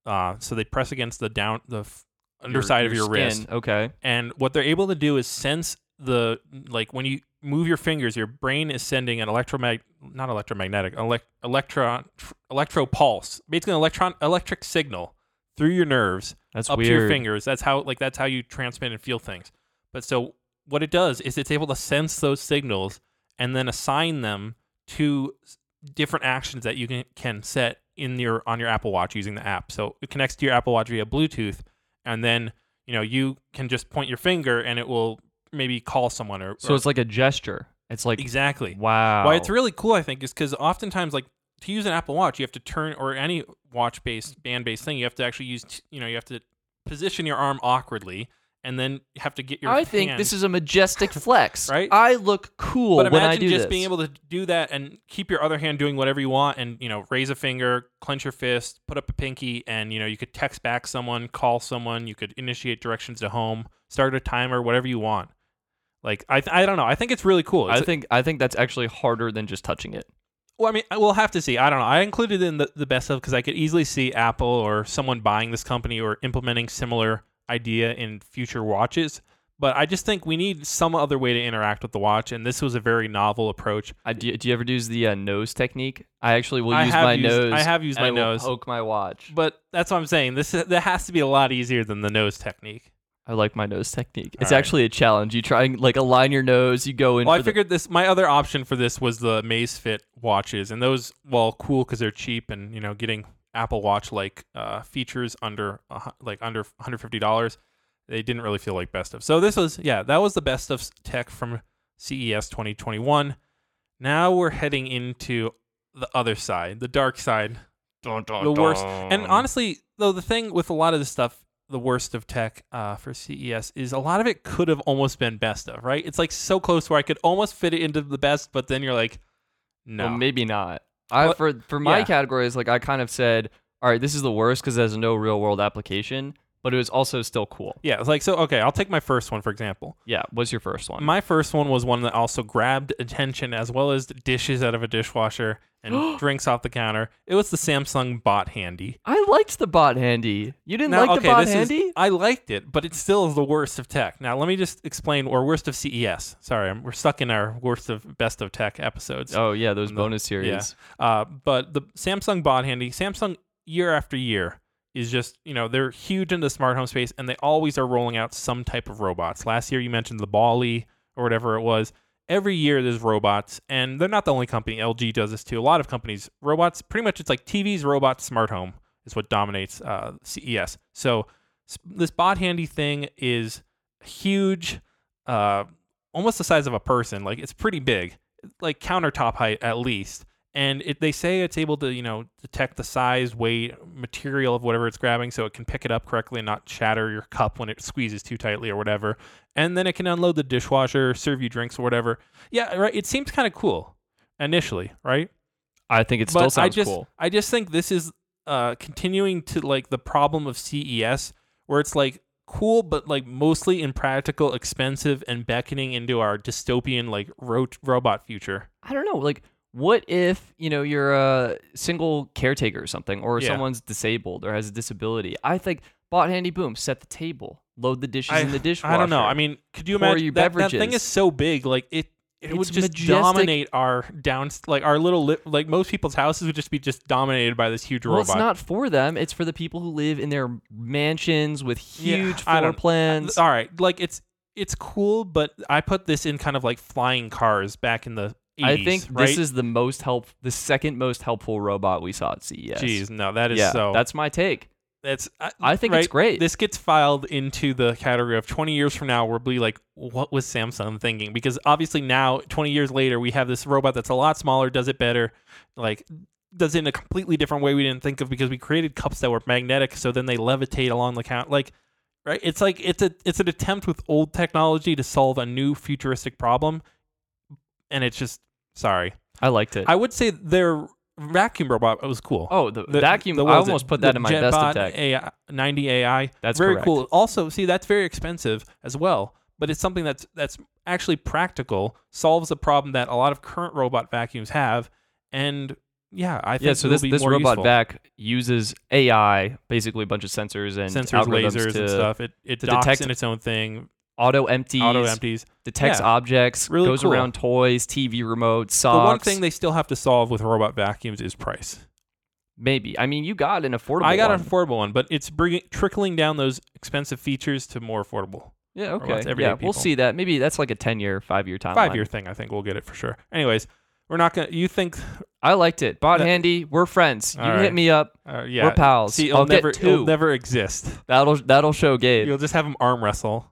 B: Uh, so they press against the down the f- underside of your wrist.
A: skin, Okay.
B: and what they're able to do is sense the like when you move your fingers your brain is sending an electromag not electromagnetic elect- electron tr- electro pulse basically an electron electric signal through your nerves
A: That's
B: up
A: weird.
B: to your fingers that's how like that's how you transmit and feel things but so what it does is it's able to sense those signals and then assign them to s- different actions that you can, can set in your on your apple watch using the app so it connects to your apple watch via bluetooth and then you know you can just point your finger and it will maybe call someone or
A: So
B: or-
A: it's like a gesture. It's like
B: exactly
A: wow.
B: why it's really cool i think is because oftentimes like to use an apple watch you have to turn or any watch based band based thing you have to actually use t- you know you have to position your arm awkwardly and then have to get your.
A: I think
B: hand-
A: this is a majestic flex.
B: Right?
A: I look cool
B: But imagine
A: when I do
B: just
A: this.
B: being able to do that and keep your other hand doing whatever you want, and you know, raise a finger, clench your fist, put up a pinky, and you know, you could text back someone, call someone, you could initiate directions to home, start a timer, whatever you want. Like I, th- I don't know. I think it's really cool.
A: I
B: It's-
A: think I think that's actually harder than just touching it.
B: Well, I mean, we'll have to see. I don't know. I included in the, the best of because I could easily see Apple or someone buying this company or implementing similar idea in future watches. But I just think we need some other way to interact with the watch, and this was a very novel approach.
A: I, do, do you ever use the uh, nose technique? I actually will
B: I
A: use
B: have
A: my
B: used-
A: nose.
B: I have used
A: and
B: my
A: I will
B: nose.
A: Poke my watch.
B: But that's what I'm saying. This that has to be a lot easier than the nose technique.
A: I like my nose technique. It's
B: All right.
A: actually a challenge. You try and like align your nose. You go in.
B: Well, I
A: for the-
B: figured this. My other option for this was the Mazfit watches, and those, well, cool because they're cheap, and you know, getting Apple Watch like uh, features under a hu- like under one hundred fifty dollars, they didn't really feel like best of. So this was, yeah, that was the best of tech from CES twenty twenty one. Now we're heading into the other side, the dark side the worst. And honestly, though, the thing with a lot of this stuff, the worst of tech uh, for CES is a lot of it could have almost been best of, right? It's like so close where I could almost fit it into the best, but then you're like, no.
A: Well, maybe not. I
B: Well,
A: for for my
B: yeah.
A: categories, like I kind of said, all right, this is the worst because there's no real world application, but it was also still cool.
B: yeah, it's like, so, okay, I'll take my first one, for example.
A: Yeah, what's your first one?
B: My first one was one that also grabbed attention as well as dishes out of a dishwasher and drinks off the counter. It was the Samsung Bot Handy.
A: I liked the bot handy. You didn't
B: Now,
A: like the bot
B: this is-
A: handy?
B: I liked it, but it still is the worst of tech. Now, let me just explain, or worst of CES. Sorry, I'm, we're stuck in our worst of best of tech episodes.
A: oh yeah, those
B: the-
A: bonus series.
B: Uh, but the Samsung Bot Handy, Samsung year after year is just, you know, they're huge in the smart home space and they always are rolling out some type of robots. Last year, you mentioned the Bali or whatever it was. Every year, there's robots, and they're not the only company. LG does this too. A lot of companies, robots, pretty much it's like TVs, robots, smart home is what dominates uh, CES. So s- this Bot Handy thing is huge, uh, almost the size of a person. Like it's pretty big, like countertop height at least and it, they say it's able to you know detect the size weight material of whatever it's grabbing so it can pick it up correctly and not shatter your cup when it squeezes too tightly or whatever and then it can unload the dishwasher serve you drinks or whatever yeah right it seems kind of cool initially right
A: I think it
B: but
A: still sounds
B: I just
A: cool.
B: I just think this is uh continuing to like the problem of CES where it's like cool but like mostly impractical expensive and beckoning into our dystopian like ro- robot future
A: I don't know, like what if, you know, you're a single caretaker or something, or
B: Yeah.
A: someone's disabled or has a disability? I think bot handy boom, set the table, load the dishes in the dishwasher.
B: I don't know. I mean, could you
A: Pour
B: imagine
A: your
B: that, that thing
A: beverages.
B: is so big, like it it would
A: It's
B: just
A: majestic.
B: dominate our down, like our little li- like most people's houses would just be just dominated by this huge
A: Well,
B: robot.
A: it's not for them. It's for the people who live in their mansions with
B: Yeah,
A: huge
B: I
A: floor
B: don't-
A: plans.
B: Uh, All right, like it's it's cool, but I put this in kind of like flying cars back in the 80s.
A: I think
B: right?
A: this is the most help, the second most helpful robot we saw at CES.
B: Jeez, no, that is
A: yeah,
B: so.
A: that's my take.
B: that's I,
A: I think it's
B: right?
A: great.
B: This gets filed into the category of 20 years from now, we'll be like, what was Samsung thinking? Because obviously now, 20 years later, we have this robot that's a lot smaller, does it better, like does it in a completely different way we didn't think of because we created cups that were magnetic, so then they levitate along the count. Like, right? It's like it's a it's an attempt with old technology to solve a new futuristic problem, and it's just sorry.
A: I liked it.
B: I would say their vacuum robot was cool.
A: oh, the,
B: The-
A: vacuum!
B: the- what
A: I
B: was it?
A: almost put that
B: The
A: in my best
B: JetBot
A: attack.
B: AI, 90 AI.
A: That's
B: very
A: correct.
B: cool. Also, see that's very expensive as well, but it's something that's that's actually practical, solves a problem that a lot of current robot vacuums have, and yeah, I think
A: Yeah, so
B: it'll
A: this
B: be
A: this
B: more
A: robot
B: useful.
A: vac uses AI, basically a bunch of sensors and
B: sensors,
A: algorithms
B: lasers,
A: to
B: and stuff. It it
A: to
B: docks
A: detect
B: in its own thing,
A: auto empties,
B: auto empties.
A: detects
B: Yeah.
A: objects,
B: Really
A: goes
B: cool.
A: around toys, TV remotes,
B: The
A: socks.
B: one thing they still have to solve with robot vacuums is price.
A: maybe. I mean, you got an affordable.
B: I got
A: one.
B: an affordable one, but it's bringing trickling down those expensive features to more affordable.
A: Yeah,
B: robots,
A: okay.
B: everyday
A: Yeah, we'll
B: people.
A: see that. Maybe that's like a 10 year, five year timeline.
B: Five year thing, I think we'll get it for sure. Anyways, we're not gonna. You think
A: I liked it. Bot
B: That-
A: handy. We're friends. You
B: All right.
A: hit me up.
B: Uh, yeah.
A: We're pals.
B: See, it'll
A: I'll
B: never,
A: get
B: it'll
A: 2
B: never exist.
A: that'll that'll show Gabe.
B: You'll just have them arm wrestle.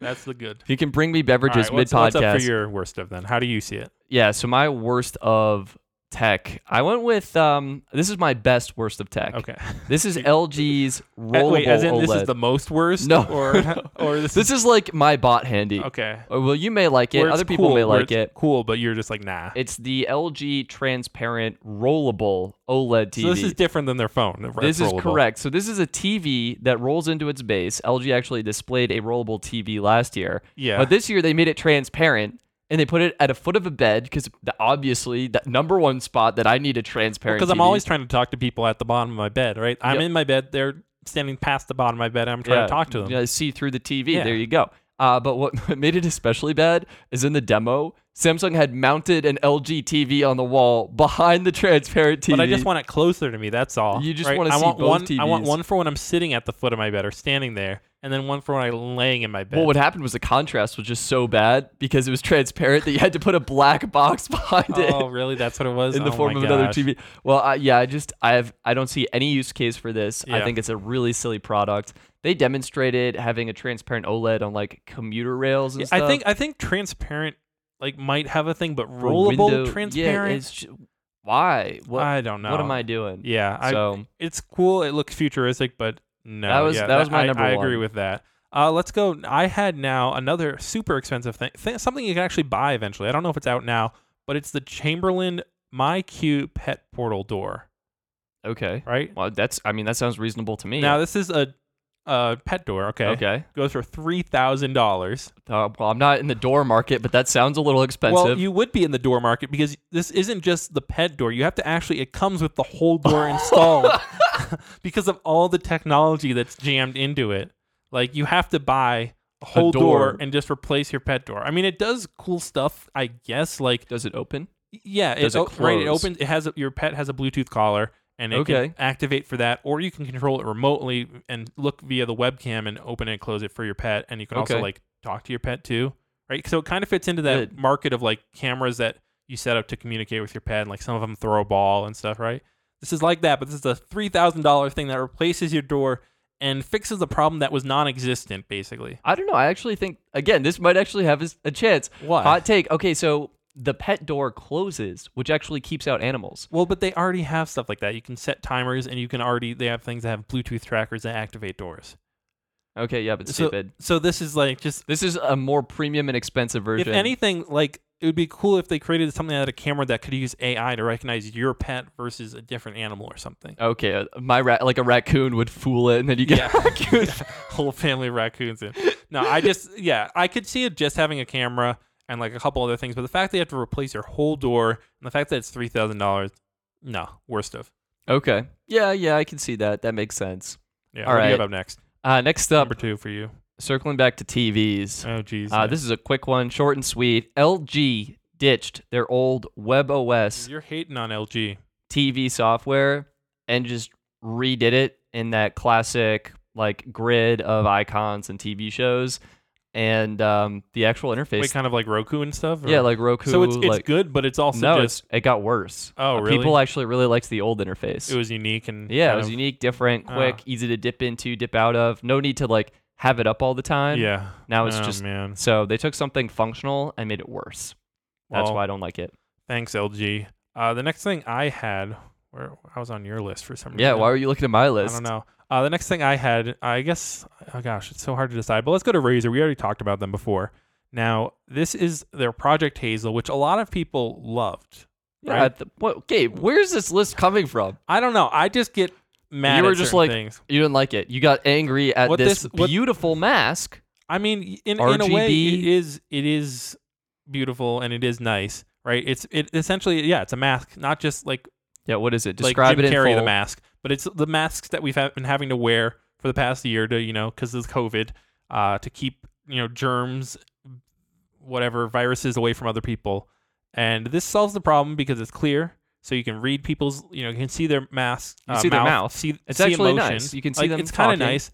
B: That's the good.
A: If you can bring me
B: All
A: beverages
B: right,
A: mid
B: what's, what's up
A: podcast.
B: for your worst of then? How do you see it?
A: yeah. So my worst of tech. I went with um. This is my best worst of tech.
B: Okay.
A: This is LG's
B: Uh,
A: rollable
B: Wait, as in
A: OLED.
B: this is the most worst?
A: No.
B: Or, or this,
A: This
B: is.
A: is like my bot handy.
B: Okay.
A: Uh, Well, you may like it.
B: Where it's
A: Other people
B: cool,
A: may
B: where
A: like
B: it's
A: it.
B: Cool, but you're just like, nah.
A: It's the LG transparent rollable E OLED TV.
B: So this is different than their phone. if
A: This
B: it's
A: is
B: rollable.
A: correct. So this is a TV that rolls into its base. LG actually displayed a rollable TV last year.
B: Yeah.
A: But this year they made it transparent and they put it at a foot of a bed because obviously the number one spot that I need a transparent
B: Because I'm
A: TV.
B: always trying to talk to people at the bottom of my bed, right? I'm
A: Yep.
B: in my bed. They're standing past the bottom of my bed. And I'm trying
A: yeah,
B: to talk to them.
A: yeah, see through the TV.
B: Yeah.
A: There you go. Uh, but what made it especially bad is in the demo, Samsung had mounted an LG TV on the wall behind the transparent TV.
B: But I just want it closer to me. That's all.
A: You just
B: right?
A: wanna
B: I
A: see
B: want
A: both
B: one, I want
A: TVs.
B: one for when I'm sitting at the foot of my bed or standing there, and then one for when I'm laying in my bed.
A: Well, what happened was the contrast was just so bad because it was transparent that you had to put a black box behind it.
B: oh, really? That's what it was.
A: in the
B: Oh
A: form
B: my
A: of another
B: gosh.
A: TV. Well, I yeah, I just I have I don't see any use case for this. I
B: Yeah.
A: think it's a really silly product. They demonstrated having a transparent OLED on like commuter rails and stuff.
B: I think I think transparent like might have a thing, but
A: for
B: rollable
A: window- yeah,
B: transparent.
A: it's ju- why? What
B: I don't know.
A: what am I doing?
B: Yeah, I,
A: So-
B: it's cool. It looks futuristic, but no.
A: That was-
B: yeah,
A: that was my
B: I,
A: number
B: I agree
A: one.
B: with that. Uh, let's go. I had now another super expensive thing, th- something you can actually buy eventually. I don't know if it's out now, but it's the Chamberlain MyQ Pet Portal door.
A: Okay.
B: Right
A: Well, that's I mean that sounds reasonable to me.
B: now, this is a, a pet door. Okay,
A: okay.
B: goes for three thousand dollars.
A: Uh, well, I'm not in the door market, but that sounds a little expensive.
B: Well, you would be in the door market because this isn't just the pet door. You have to actually it comes with the whole door installed because of all the technology that's jammed into it. Like you have to buy a whole door.
A: door.
B: and just replace your pet door. I mean, it does cool stuff, I guess. Like
A: Does it open?
B: yeah,
A: Does
B: it's
A: it
B: o- right. It
A: close?
B: opens. It has a, your pet has a Bluetooth collar. And it
A: Okay.
B: can activate for that, or you can control it remotely and look via the webcam and open and close it for your pet. And you can also
A: Okay.
B: like talk to your pet too, right? So it kind of fits into that
A: Good.
B: market of like cameras that you set up to communicate with your pet. And like some of them throw a ball and stuff, right? This is like that, but this is a three thousand dollar thing that replaces your door and fixes the problem that was non-existent, basically.
A: I don't know. I actually think again, this might actually have a- a chance.
B: What?
A: Hot take. Okay, so the pet door closes, which actually keeps out animals.
B: Well, but they already have stuff like that. You can set timers, and you can already they have things that have Bluetooth trackers that activate doors.
A: Okay, yeah, but stupid.
B: So, so this is like just
A: This is a more premium and expensive
B: if
A: version.
B: anything, like it would be cool if they created something that had a camera that could use AI to recognize your pet versus a different animal or something.
A: okay, uh, my rat like a raccoon would fool it, and then you get
B: Yeah. Whole family of raccoons in. No, I just yeah, I could see it just having a camera and like a couple other things, but the fact that you have to replace your whole door and the fact that it's three thousand dollars, no, worst of.
A: okay. Yeah, yeah, I can see that. That makes sense.
B: Yeah.
A: All
B: what do you
A: right.
B: have up next?
A: Uh, next up,
B: Number two for you.
A: circling back to TVs.
B: Oh geez.
A: Uh, this is a quick one, short and sweet. LG ditched their old WebOS
B: you're hating on LG.
A: TV software and just redid it in that classic like grid of icons and TV shows, and um, the actual interface.
B: Wait, kind of like Roku and stuff? or-
A: yeah, like Roku.
B: so it's it's
A: like,
B: good, but it's also
A: No,
B: just
A: it's, it got worse.
B: Oh,
A: Uh,
B: really?
A: People actually really liked the old interface.
B: it was unique and
A: yeah, it
B: kind
A: was
B: of-
A: unique, different,
B: Ah.
A: quick, easy to dip into, dip out of. No need to like have it up all the time.
B: Yeah.
A: Now it's
B: Oh,
A: just
B: man.
A: so they took something functional and made it worse. That's
B: Well,
A: why I don't like it.
B: Thanks, LG. Uh, the next thing I had, where I was on your list for some reason.
A: Yeah, why were you looking at my list?
B: I don't know. Uh, the next thing I had, I guess, oh gosh, it's so hard to decide. But let's go to Razer. We already talked about them before. Now, this is their Project Hazel, which a lot of people loved.
A: Yeah,
B: right?
A: th- what, Gabe, where's this list coming from?
B: I don't know. I just get mad.
A: You were
B: at
A: just
B: certain
A: like-
B: things.
A: You didn't like it. You got angry at
B: What
A: this,
B: this- what-
A: beautiful mask.
B: I mean, in, in a way, it
A: RGB.
B: is it is beautiful and it is nice, right? It's it essentially, yeah, it's a mask, not just like
A: Yeah, what is it?
B: like
A: Describe
B: Jim
A: it in
B: Carrey the
A: full.
B: mask, but it's the masks that we've ha- been having to wear for the past year to you know because of COVID uh, to keep you know germs, whatever viruses away from other people, and this solves the problem because it's clear, so you can read people's you know you can see their masks,
A: You
B: uh,
A: see their
B: mouth,
A: mouth.
B: see
A: It's
B: see
A: actually nice.
B: emotions.
A: You can see
B: Like,
A: them
B: It's kind of
A: talking.
B: nice.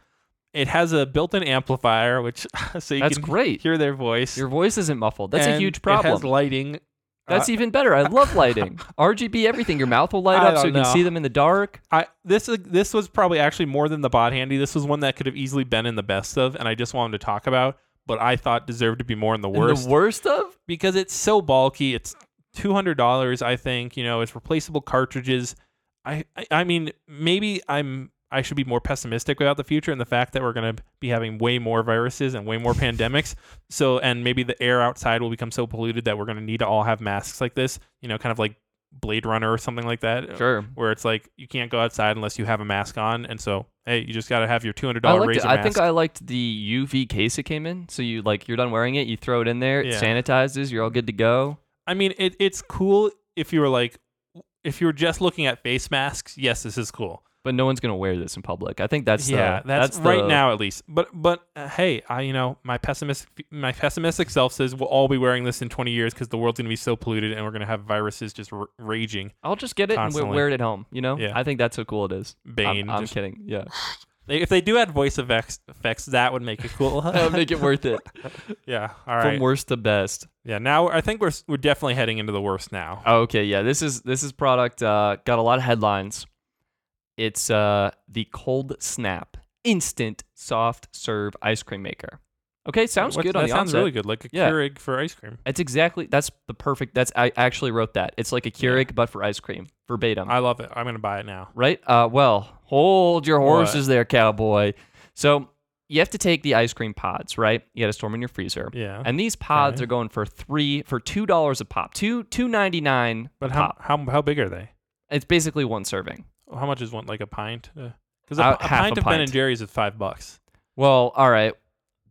B: It has a built-in amplifier, which so you
A: That's
B: can
A: great.
B: hear their voice.
A: Your voice isn't muffled. That's a
B: And
A: huge
B: It has
A: problem.
B: lighting.
A: That's even better. I love lighting. RGB everything. Your mouth will light
B: I
A: up so you
B: don't
A: can
B: know.
A: see them in the dark.
B: I this is- this was probably actually more than the bot handy. This was one that could have easily been in the best of, and I just wanted to talk about, but I thought deserved to be more in the
A: And
B: worst
A: the worst of?
B: because it's so bulky. It's $200 i think you know it's replaceable cartridges I, I i mean maybe i'm i should be more pessimistic about the future and the fact that we're going to be having way more viruses and way more pandemics so and maybe the air outside will become so polluted that we're going to need to all have masks like this you know kind of like blade runner or something like that
A: Sure.
B: where it's like you can't go outside unless you have a mask on and so hey you just got to have your $200
A: I liked it.
B: razor
A: I
B: mask
A: think I liked the UV case it came in. So you like you're done wearing it, you throw it in there, it
B: Yeah.
A: sanitizes, you're all good to go.
B: I mean, it, it's cool if you were like, if you were just looking at face masks. Yes, this is cool.
A: But no one's gonna wear this in public. I think that's the-
B: yeah, that's, right
A: the-
B: now at least. But but uh, hey, I you know my pessimistic my pessimistic self says we'll all be wearing this in 20 years because the world's gonna be so polluted and we're gonna have viruses just r- raging.
A: I'll just get it and
B: Constantly.
A: we- wear it at home. You know,
B: Yeah.
A: I think that's how cool it is. I'm-
B: Bane,
A: I'm,
B: just-
A: kidding. Yeah,
B: They- If they do add voice effects, effects that would make it cool.
A: That would make it worth it.
B: yeah, all
A: From
B: right.
A: worst to best.
B: Yeah, now I think we're s- we're definitely heading into the worst now.
A: Okay, yeah. This is this is product uh, got a lot of headlines. It's uh, the Cold Snap Instant Soft Serve Ice Cream Maker. Okay, sounds
B: What-
A: good
B: That
A: on the
B: sounds
A: onset.
B: really good, like a
A: Yeah.
B: Keurig for ice cream.
A: It's exactly that's the perfect. That's I actually wrote that. It's like a Keurig but for ice cream, verbatim.
B: I love it. I'm gonna buy it now.
A: right? Uh, well, hold your
B: What?
A: horses there, cowboy. So you have to take the ice cream pods, right? You got to store them in your freezer.
B: Yeah.
A: And these pods
B: Okay.
A: are going for three for two dollars a pop, two two ninety nine.
B: But how, how how big are they?
A: It's basically one serving.
B: How much is one like a pint? Because
A: Uh,
B: a, pi- a
A: half a
B: pint of Ben
A: pint.
B: and Jerry's is five bucks.
A: Well, all right.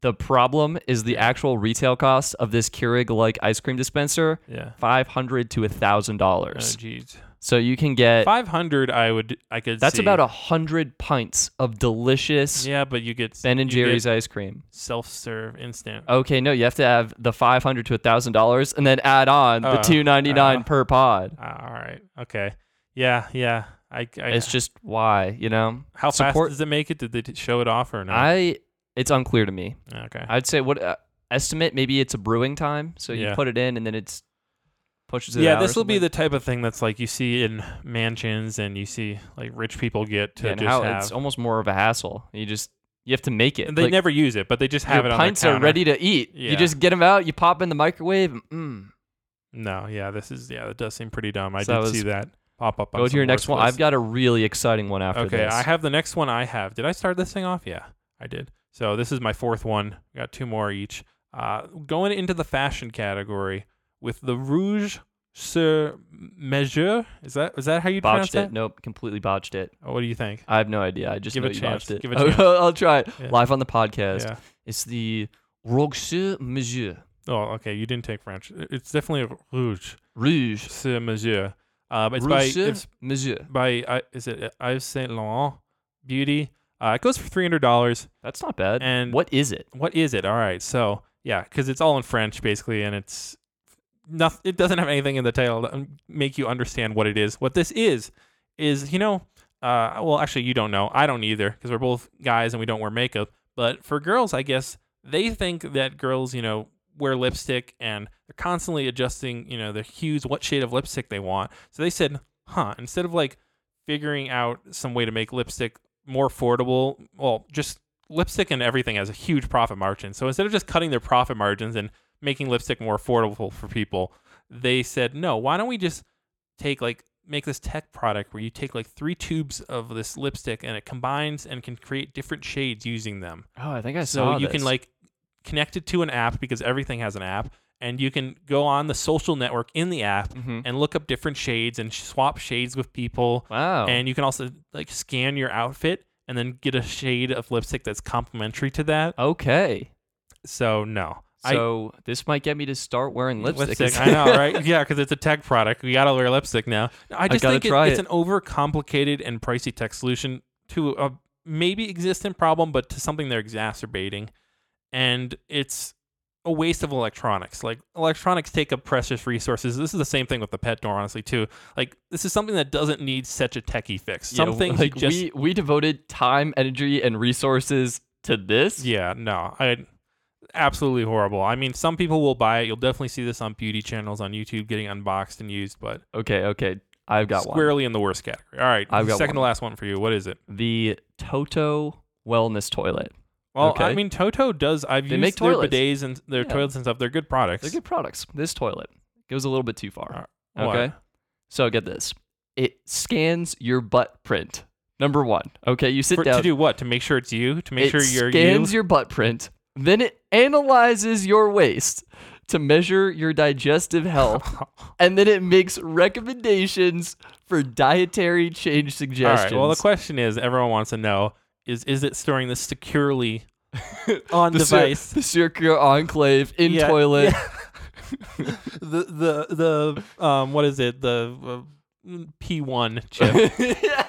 A: The problem is the actual retail cost of this Keurig like ice cream dispenser,
B: Yeah.
A: five hundred to thousand
B: Oh
A: dollars.
B: jeez.
A: So you can get
B: Five hundred. I would. I could.
A: that's
B: see.
A: about a hundred pints of delicious
B: Yeah, but you get
A: Ben and Jerry's Oh. ice cream.
B: self serve instant.
A: Okay, no, you have to have the five hundred to thousand dollars, and then add on the
B: Uh,
A: two ninety nine
B: uh.
A: per pod.
B: Ah, all right. Okay. Yeah. Yeah. I. I
A: It's just why you know
B: how
A: support-
B: fast does it make it? Did they t- show it off or not?
A: I. It's unclear to me.
B: okay.
A: I'd say what uh, estimate? Maybe it's a brewing time, so you
B: Yeah.
A: put it in, and then it's pushes it.
B: yeah,
A: out
B: this
A: or
B: will be the
A: something.
B: type of thing that's like you see in mansions and you see like rich people get to
A: Yeah, and
B: just
A: how
B: have.
A: it's almost more of a hassle. You just you have to make it.
B: and they
A: Like,
B: never use it, but they just
A: your
B: have it on their
A: pints are
B: counter.
A: ready to eat.
B: Yeah.
A: You just get them out. You pop in the microwave. and, Mm,
B: No, yeah, this is yeah, that does seem pretty dumb. I
A: So
B: did
A: I was-
B: see that pop up. on
A: go to
B: some
A: your next
B: worst
A: one.
B: lists.
A: I've got a really exciting one after
B: okay.
A: this.
B: I have the next one. I have. Did I start this thing off? Yeah, I did. So this is my fourth one. I got two more each. Uh, going into the fashion category with the Rouge sur Mesure. Is that is that how you
A: botched
B: pronounce
A: it. Nope, completely botched it.
B: that? What do you think?
A: I have no idea. I just
B: Give
A: know
B: it a
A: you
B: chance.
A: watched it.
B: Give it a chance.
A: I'll try it
B: Yeah.
A: live on the podcast.
B: Yeah.
A: It's the Rogue Mesure
B: Oh, okay. You didn't take French. It's definitely Rouge
A: Rouge.
B: sur Mesure. Uh, but it's by
A: Rouge
B: it's
A: Mesure.
B: by I is it uh, Yves Saint Laurent Beauty. Uh, it goes for three hundred dollars.
A: That's not bad.
B: And-
A: what is it?
B: what is it? All right, so yeah, because it's all in French basically, and it's nothing. It doesn't have anything in the title that um, make you understand what it is. What this is is you know, uh, well, actually, you don't know. I don't either because we're both guys and we don't wear makeup. But for girls, I guess they think that girls, you know, wear lipstick and they're constantly adjusting, you know, their hues, what shade of lipstick they want. So they said, huh, instead of like figuring out some way to make lipstick more affordable, well, just lipstick and everything has a huge profit margin. So instead of just cutting their profit margins and making lipstick more affordable for people, they said, no, why don't we just take like make this tech product where you take like three tubes of this lipstick and it combines and can create different shades using them.
A: Oh, I think I
B: So
A: saw
B: you
A: this.
B: can like connect it to an app because everything has an app and you can go on the social network in the app
A: Mhm.
B: and look up different shades and swap shades with people
A: wow.
B: and you can also like scan your outfit and then get a shade of lipstick that's complementary to that.
A: okay.
B: So no,
A: So this might get me to start wearing
B: I,
A: lipstick.
B: I know, right? Yeah, because it's a tech product. We gotta wear lipstick now. I just
A: gotta
B: think it-
A: try
B: it's
A: it.
B: an overcomplicated and pricey tech solution to a maybe existent problem, but to something they're exacerbating, and it's a waste of electronics. Like electronics take up precious resources. This is the same thing with the pet door, honestly, too. Like this is something that doesn't need such a techie fix.
A: Yeah,
B: Something
A: like
B: just
A: we we devoted time, energy, and resources to this.
B: Yeah, no, I absolutely horrible. I mean, some people will buy it. You'll definitely see this on beauty channels on YouTube getting unboxed and used, but
A: Okay. Okay. I've got one.
B: squarely in the worst category. All right,
A: I've got
B: second to
A: one.
B: last one for you. What is it?
A: The Toto Wellness Toilet.
B: Well, I
A: Okay.
B: mean, Toto does. I've
A: They
B: used
A: make
B: their
A: toilets.
B: bidets and their
A: Yeah.
B: toilets and stuff. They're good products.
A: They're good products. This toilet Goes a little bit too far.
B: All right.
A: Okay.
B: What?
A: So get this. It scans your butt print. Number one. Okay, you sit
B: For-
A: down.
B: to do what? To make sure it's you. To make
A: it
B: sure you're
A: scans
B: you.
A: your butt print. Then it analyzes your waste to measure your digestive health, and then it makes recommendations for dietary change
B: All
A: suggestions.
B: right. Well, the question is, everyone wants to know is is it storing this securely on
A: The cir-
B: device?
A: the circular enclave in
B: Yeah,
A: toilet.
B: yeah. the the the um what is it the uh, P1 chip
A: Yeah.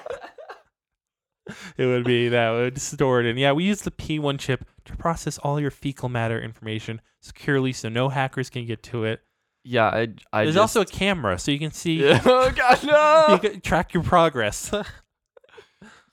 B: it would be that would store it in yeah we use the P1 chip to process all your fecal matter information securely so no hackers can get to it
A: Yeah, I, I
B: there's
A: just,
B: also a camera so you can see
A: Yeah. Oh god,
B: you
A: no!
B: can track your progress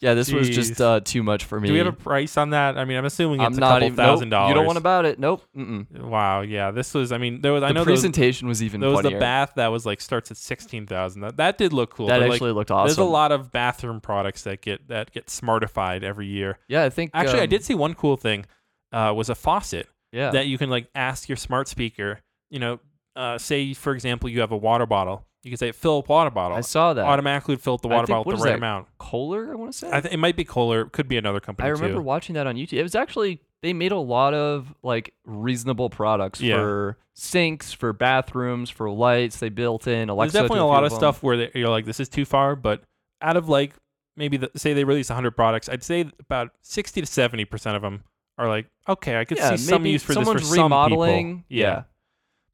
A: Yeah, this was
B: Jeez.
A: just uh, too much for me.
B: do we have a price on that I mean I'm assuming
A: I'm
B: it's a
A: not
B: couple
A: even.
B: thousand
A: nope,
B: dollars
A: You don't want about it. Nope. Mm-mm.
B: wow yeah this was I mean there was I
A: The
B: know there was,
A: presentation was even
B: there was the
A: funnier.
B: bath that was like starts at 16,000 that, that did look cool
A: that
B: but, like,
A: actually looked awesome.
B: There's a lot of bathroom products that get that get smartified every year.
A: Yeah, I think
B: Actually, I
A: um,
B: did see one cool thing uh, was a faucet
A: Yeah.
B: that you can like ask your smart speaker. You know, uh, say for example you have a water bottle, you can say fill up water bottle.
A: I saw that.
B: Automatically would fill up the
A: I
B: water
A: think-
B: bottle
A: what
B: with
A: is
B: the right
A: that?
B: amount.
A: Kohler, I want to say.
B: I th- it might be Kohler, could be another company
A: I remember
B: too.
A: watching that on YouTube. It was actually they made a lot of like reasonable products
B: Yeah.
A: for sinks, for bathrooms, for lights. They built in
B: There's
A: Alexa.
B: definitely
A: to
B: a
A: few
B: lot of
A: them.
B: stuff where they, you're like, this is too far, but out of like maybe the, say they release 100 products, I'd say about 60 to 70 percent of them are like, okay, I could
A: Yeah,
B: see some
A: maybe
B: use for this for
A: someone's
B: some people.
A: remodeling.
B: yeah.
A: Yeah.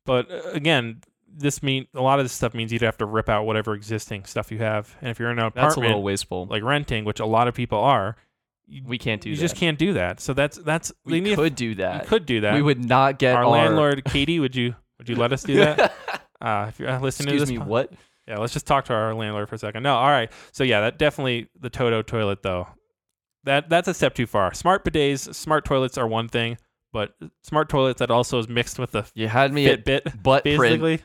B: But uh, again, this mean a lot of this stuff means you'd have to rip out whatever existing stuff you have, and if you're in an
A: That's a
B: apartment
A: little wasteful.
B: like renting, which a lot of people are, you,
A: we can't do
B: you
A: that.
B: just can't do that. So that's that's
A: we
B: they need-
A: could do
B: you
A: that.
B: could do that.
A: We would not get
B: our, landlord Katie, would you would you let us do that? uh, if you're uh, listening to
A: Excuse
B: this,
A: me,
B: po-
A: what?
B: yeah, let's just talk to our landlord for a second. No, all right. So yeah, that definitely the Toto toilet though. That that's a step too far. Smart bidets, smart toilets are one thing, but smart toilets that also is mixed with the
A: You had me at
B: Fitbit
A: butt print.
B: basically.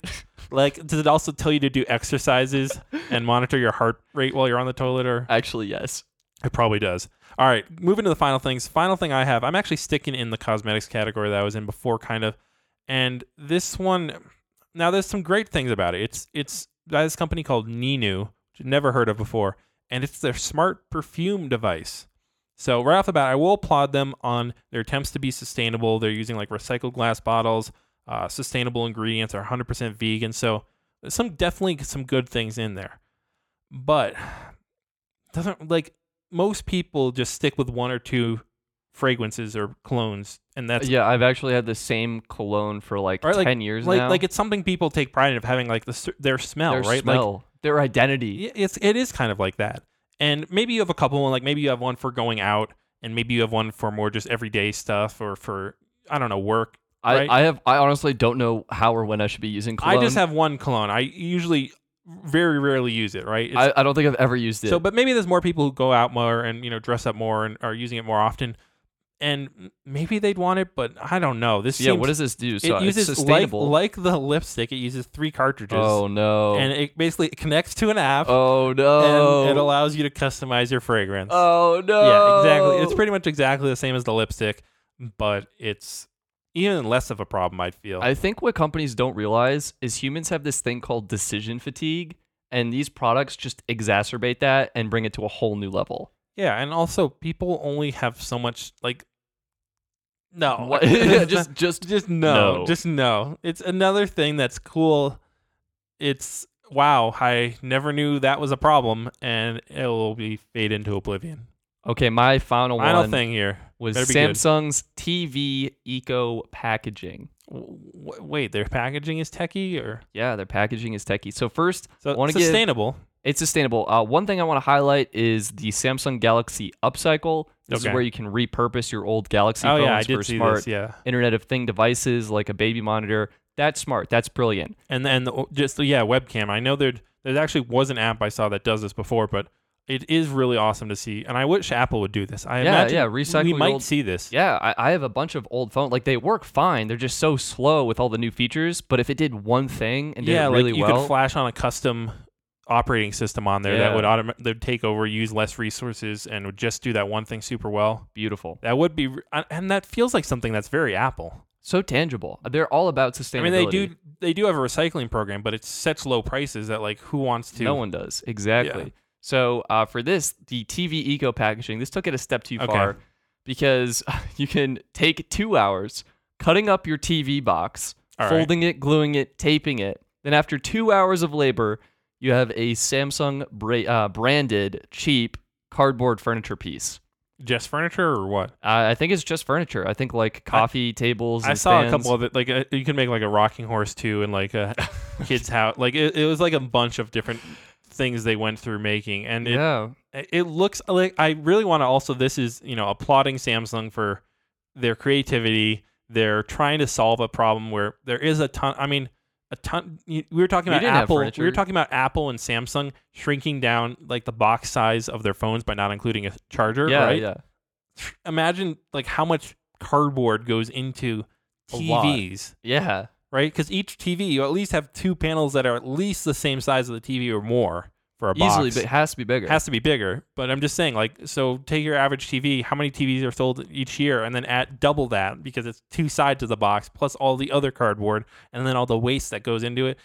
B: like, does it also tell you to do exercises and monitor your heart rate while you're on the toilet? Or
A: Actually, yes.
B: it probably does. All right, moving to the final things. Final thing I have. I'm actually sticking in the cosmetics category that I was in before, kind of. And this one, now there's some great things about it. It's it's by this company called Ninu, which I've never heard of before, and it's their smart perfume device. So right off the bat, I will applaud them on their attempts to be sustainable. They're using like recycled glass bottles, uh, sustainable ingredients are 100% vegan. So there's some definitely some good things in there, but doesn't like most people just stick with one or two fragrances or clones, and that's
A: yeah, I've actually had the same cologne for like
B: Right, like-
A: ten years
B: like
A: now.
B: like it's something people take pride in of having like the s- their smell,
A: their
B: right? Like
A: smell, their identity.
B: y- it's it is kind of like that. And maybe you have a couple, like maybe you have one for going out, and maybe you have one for more just everyday stuff or for I don't know work.
A: I,
B: right?
A: I have I honestly don't know how or when I should be using cologne.
B: I just have one cologne. I usually very rarely use it, right? It's-
A: I, I don't think I've ever used it.
B: So, but maybe there's more people who go out more and you know dress up more and are using it more often, and m- maybe they'd want it, but I don't know. This
A: yeah,
B: seems,
A: what does this do? So
B: it
A: it's
B: uses like
A: sustainable.
B: like the lipstick. It uses three cartridges,
A: oh no.
B: and it basically it connects to an app,
A: oh no.
B: and it allows you to customize your fragrance.
A: oh no.
B: Yeah, exactly. It's pretty much exactly the same as the lipstick, but it's even less of a problem. I feel.
A: I think what companies don't realize is humans have this thing called decision fatigue, and these products just exacerbate that and bring it to a whole new level.
B: yeah, and also people only have so much like. No,
A: What- just just
B: just no,
A: No.
B: just no. It's another thing that's cool. It's wow, I never knew that was a problem, and it will be fade into oblivion.
A: okay. My final,
B: Final
A: one
B: thing here
A: was
B: better be good.
A: Samsung's TV Eco packaging.
B: W- w- wait, their packaging is techie or
A: Yeah, their packaging is techie. So first,
B: so
A: Wanna give-
B: sustainable?
A: It's sustainable. Uh, one thing I want to highlight is the Samsung Galaxy Upcycle. This
B: Okay.
A: is where you can repurpose your old Galaxy
B: oh
A: phones
B: yeah, I did
A: for
B: see
A: smart
B: this. Yeah,
A: Internet of Thing devices like a baby monitor. That's smart. That's brilliant.
B: and and the, just the, yeah, webcam. I know there there actually was an app I saw that does this before, but it is really awesome to see. And I wish Apple would do this. I
A: Yeah,
B: imagine
A: yeah, recycle
B: we
A: your
B: might
A: old-
B: see this.
A: Yeah, I, I have a bunch of old phones. Like they work fine. They're just so slow with all the new features. But if it did one thing and did
B: yeah,
A: it really
B: like you
A: well,
B: could flash on a custom operating system on there that
A: Yeah.
B: would autom- that would take over, use less resources, and would uh, just do that one thing super well.
A: beautiful.
B: That would be, re- and that feels like something that's very Apple.
A: so tangible. They're all about sustainability.
B: I mean, they do they do have a recycling program, but it's such low prices that like who wants to?
A: No one does exactly.
B: Yeah.
A: So uh, for this, the TV eco packaging, this took it a step too
B: Okay.
A: far because you can take two hours cutting up your TV box,
B: All right.
A: folding it, gluing it, taping it. Then after two hours of labor, you have a Samsung bra- uh, branded cheap cardboard furniture piece.
B: just furniture or what?
A: Uh, I think it's just furniture. I think like coffee tables.
B: I
A: and
B: saw a
A: stands.
B: couple of it. Like uh you can make like a rocking horse too, and like a kid's house. Like it, it was like a bunch of different things they went through making, and it
A: yeah.
B: it looks like I really want to. Also, this is you know applauding Samsung for their creativity. They're trying to solve a problem where there is a ton. I mean, a ton. you- We were talking
A: We
B: about
A: didn't have
B: Apple. We
A: furniture.
B: were talking about Apple and Samsung shrinking down like the box size of their phones by not including a charger.
A: Yeah,
B: right?
A: yeah.
B: Imagine like how much cardboard goes into
A: A lot.
B: TVs
A: Yeah.
B: right? Because each TV, you at least have two panels that are at least the same size of the TV or more for a
A: Easily,
B: box.
A: but it has to be bigger.
B: has to be bigger. But I'm just saying, like, so take your average TV. How many TVs are sold each year, and then add double that because it's two sides of the box plus all the other cardboard, and then all the waste that goes into it.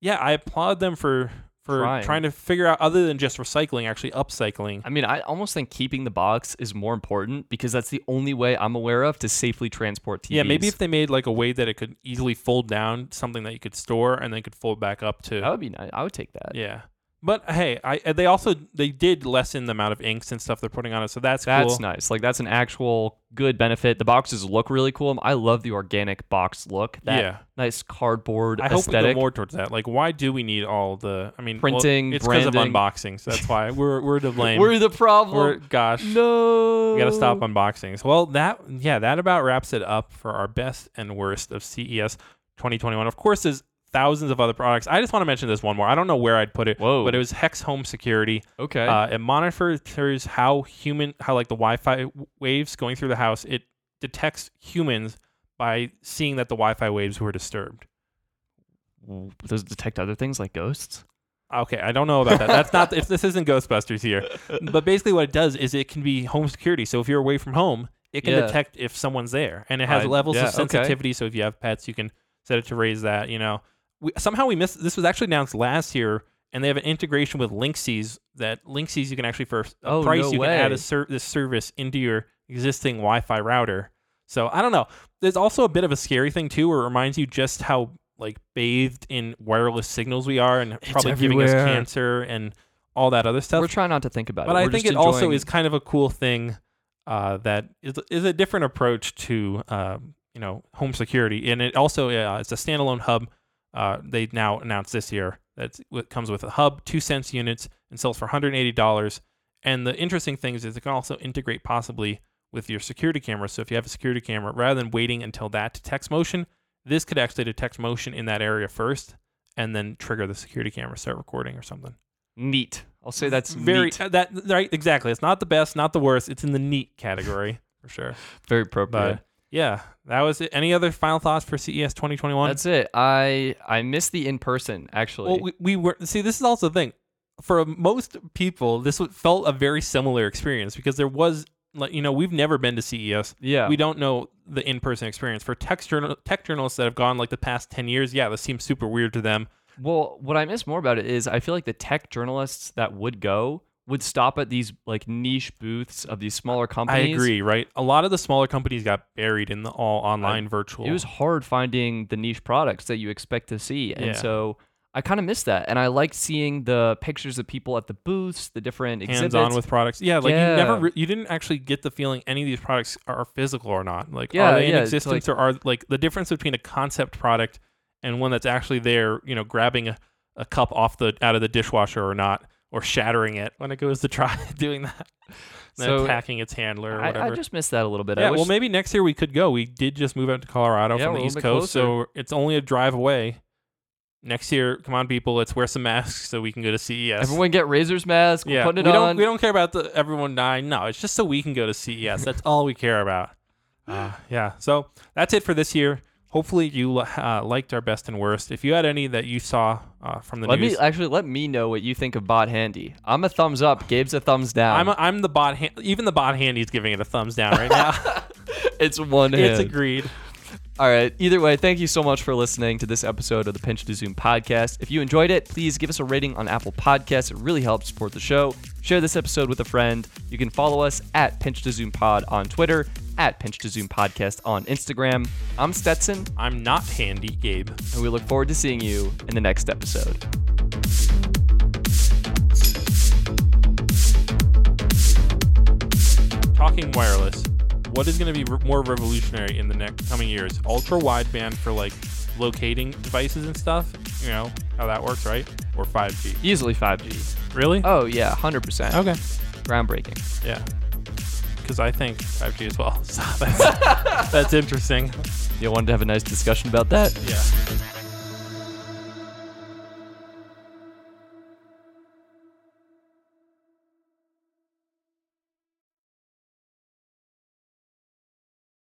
B: Yeah, I applaud them for for
A: Trying.
B: trying to figure out other than just recycling, actually upcycling.
A: I mean, I almost think keeping the box is more important because that's the only way I'm aware of to safely transport TVs.
B: Yeah, maybe if they made like a way that it could easily fold down, something that you could store and then could fold back up to.
A: that would be nice. I would take that.
B: Yeah. But hey, I uh, they also they did lessen the amount of inks and stuff they're putting on it, so that's
A: That's
B: cool.
A: nice. Like that's an actual good benefit. The boxes look really cool. I love the organic box look. That
B: yeah,
A: nice cardboard
B: I hope we go
A: aesthetic.
B: more towards that. Like, why do we need all the? I mean, well,
A: Printing,
B: it's because of
A: branding.
B: unboxings. That's why we're we're to blame.
A: We're the
B: We're-
A: problem.
B: gosh,
A: no.
B: we gotta stop
A: Oh.
B: unboxings. Well, that yeah, that about wraps it up for our best and worst of E CES 2021. Of course, there's thousands of other products. I just want to mention this one more. I don't know where I'd put it,
A: Whoa.
B: but it was Hex Home Security.
A: Okay.
B: Uh, it monitors how human, how like the Wi-Fi w- waves going through the house. It detects humans by seeing that the Wi-Fi waves were disturbed.
A: W- Does it detect other things like ghosts?
B: Okay, I don't know about that. That's not if this isn't Ghostbusters here. But basically, what it does is it can be home security. So if you're away from home, it can
A: Yeah.
B: detect if someone's there, and it has
A: I-
B: levels
A: yeah,
B: of
A: okay.
B: sensitivity. So if you have pets, you can set it to raise that. You know, we, somehow we missed. This was actually announced last year, and they have an integration with Linksys. That Linksys you can actually for a
A: Oh,
B: price
A: no
B: you can add
A: way.
B: a ser- this service into your existing Wi-Fi router. So I don't know. There's also a bit of a scary thing too, where it reminds you just how like bathed in wireless signals we are, and probably giving us
A: everywhere.
B: cancer and all that other stuff.
A: We're trying not to think about
B: but
A: it.
B: I
A: We're
B: think
A: just
B: it also
A: enjoying-
B: is kind of a cool thing uh, that is is a different approach to uh, you know home security, and it also uh, it's a standalone hub. Uh, they now announced this year that it comes with a hub, two sense units, and sells for 180 dollars. And the interesting thing is, it can also integrate possibly with your security camera. So if you have a security camera, rather than waiting until that detects motion, this could actually detect motion in that area first, and then trigger the security camera, start recording or something
A: neat. I'll say that's
B: very
A: neat.
B: uh, that right exactly. It's not the best, not the worst. It's in the neat category for sure.
A: very appropriate.
B: But yeah, that was it. Any other final thoughts for E CES 2021?
A: That's it. I I miss the in person actually.
B: well, we, we were see. This is also the thing. For most people, this w- felt a very similar experience because there was like you know we've never been to CES.
A: yeah.
B: We don't know the in-person experience. For tech, journal- tech journalists that have gone like the past 10 years, yeah, this seems super weird to them.
A: Well, what I miss more about it is I feel like the tech journalists that would go would stop at these like niche booths of these smaller companies.
B: I agree, right? A lot of the smaller companies got buried in the all online virtual.
A: It was hard finding the niche products that you expect to see. And
B: Yeah.
A: so I kind of miss that. And I like seeing the pictures of people at the booths, the different
B: hands
A: exhibits.
B: on with products. Yeah, like you never,
A: Yeah.
B: re- you didn't actually get the feeling any of these products are physical or not. Like,
A: Yeah,
B: are they in
A: yeah, it's
B: existence or are like the difference between a concept product and one that's actually there? You know, grabbing a, a cup off the out of the dishwasher or not, or shattering it when it goes to try doing that, then
A: So,
B: attacking its handler or
A: I,
B: whatever.
A: I just miss that a little bit. I
B: yeah,
A: wish
B: well, maybe next year we could go. We did just move out to Colorado
A: Yeah,
B: from
A: we're
B: the
A: a
B: East
A: little bit
B: Coast, so it's only a drive away. Next year, come on, people, let's wear some masks so we can go to E CES.
A: everyone get razors masks. We're
B: Yeah,
A: putting it
B: we
A: on.
B: don't we don't care about the everyone dying. No, it's just so we can go to CES. That's all we care about. Uh, yeah, so that's it for this year. Hopefully you uh, liked our best and worst. If you had any that you saw uh, from the
A: let
B: news,
A: me actually let me know what you think of Bot Handy. I'm a thumbs up. Gabe's a thumbs down.
B: I'm a, I'm the bot. Han- even the bot handy's giving it a thumbs down right now.
A: it's one hand.
B: it's agreed.
A: All right. Either way, thank you so much for listening to this episode of the Pinch to Zoom podcast. If you enjoyed it, please give us a rating on Apple Podcasts. It really helps support the show. Share this episode with a friend. You can follow us at Pinch to Zoom Pod on Twitter, at Pinch to Zoom Podcast on Instagram. I'm Stetson,
B: I'm not handy, Gabe.
A: and we look forward to seeing you in the next episode.
B: Talking wireless, what is going to be re- more revolutionary in the next coming years? Ultra wideband for like locating devices and stuff. You know how that works, right? Or 5G.
A: Easily 5G.
B: Really?
A: Oh, yeah, 100%.
B: Okay.
A: Groundbreaking.
B: Yeah. Because I think 5G as well. So that's, that's interesting.
A: You wanted to have a nice discussion about that?
B: Yeah.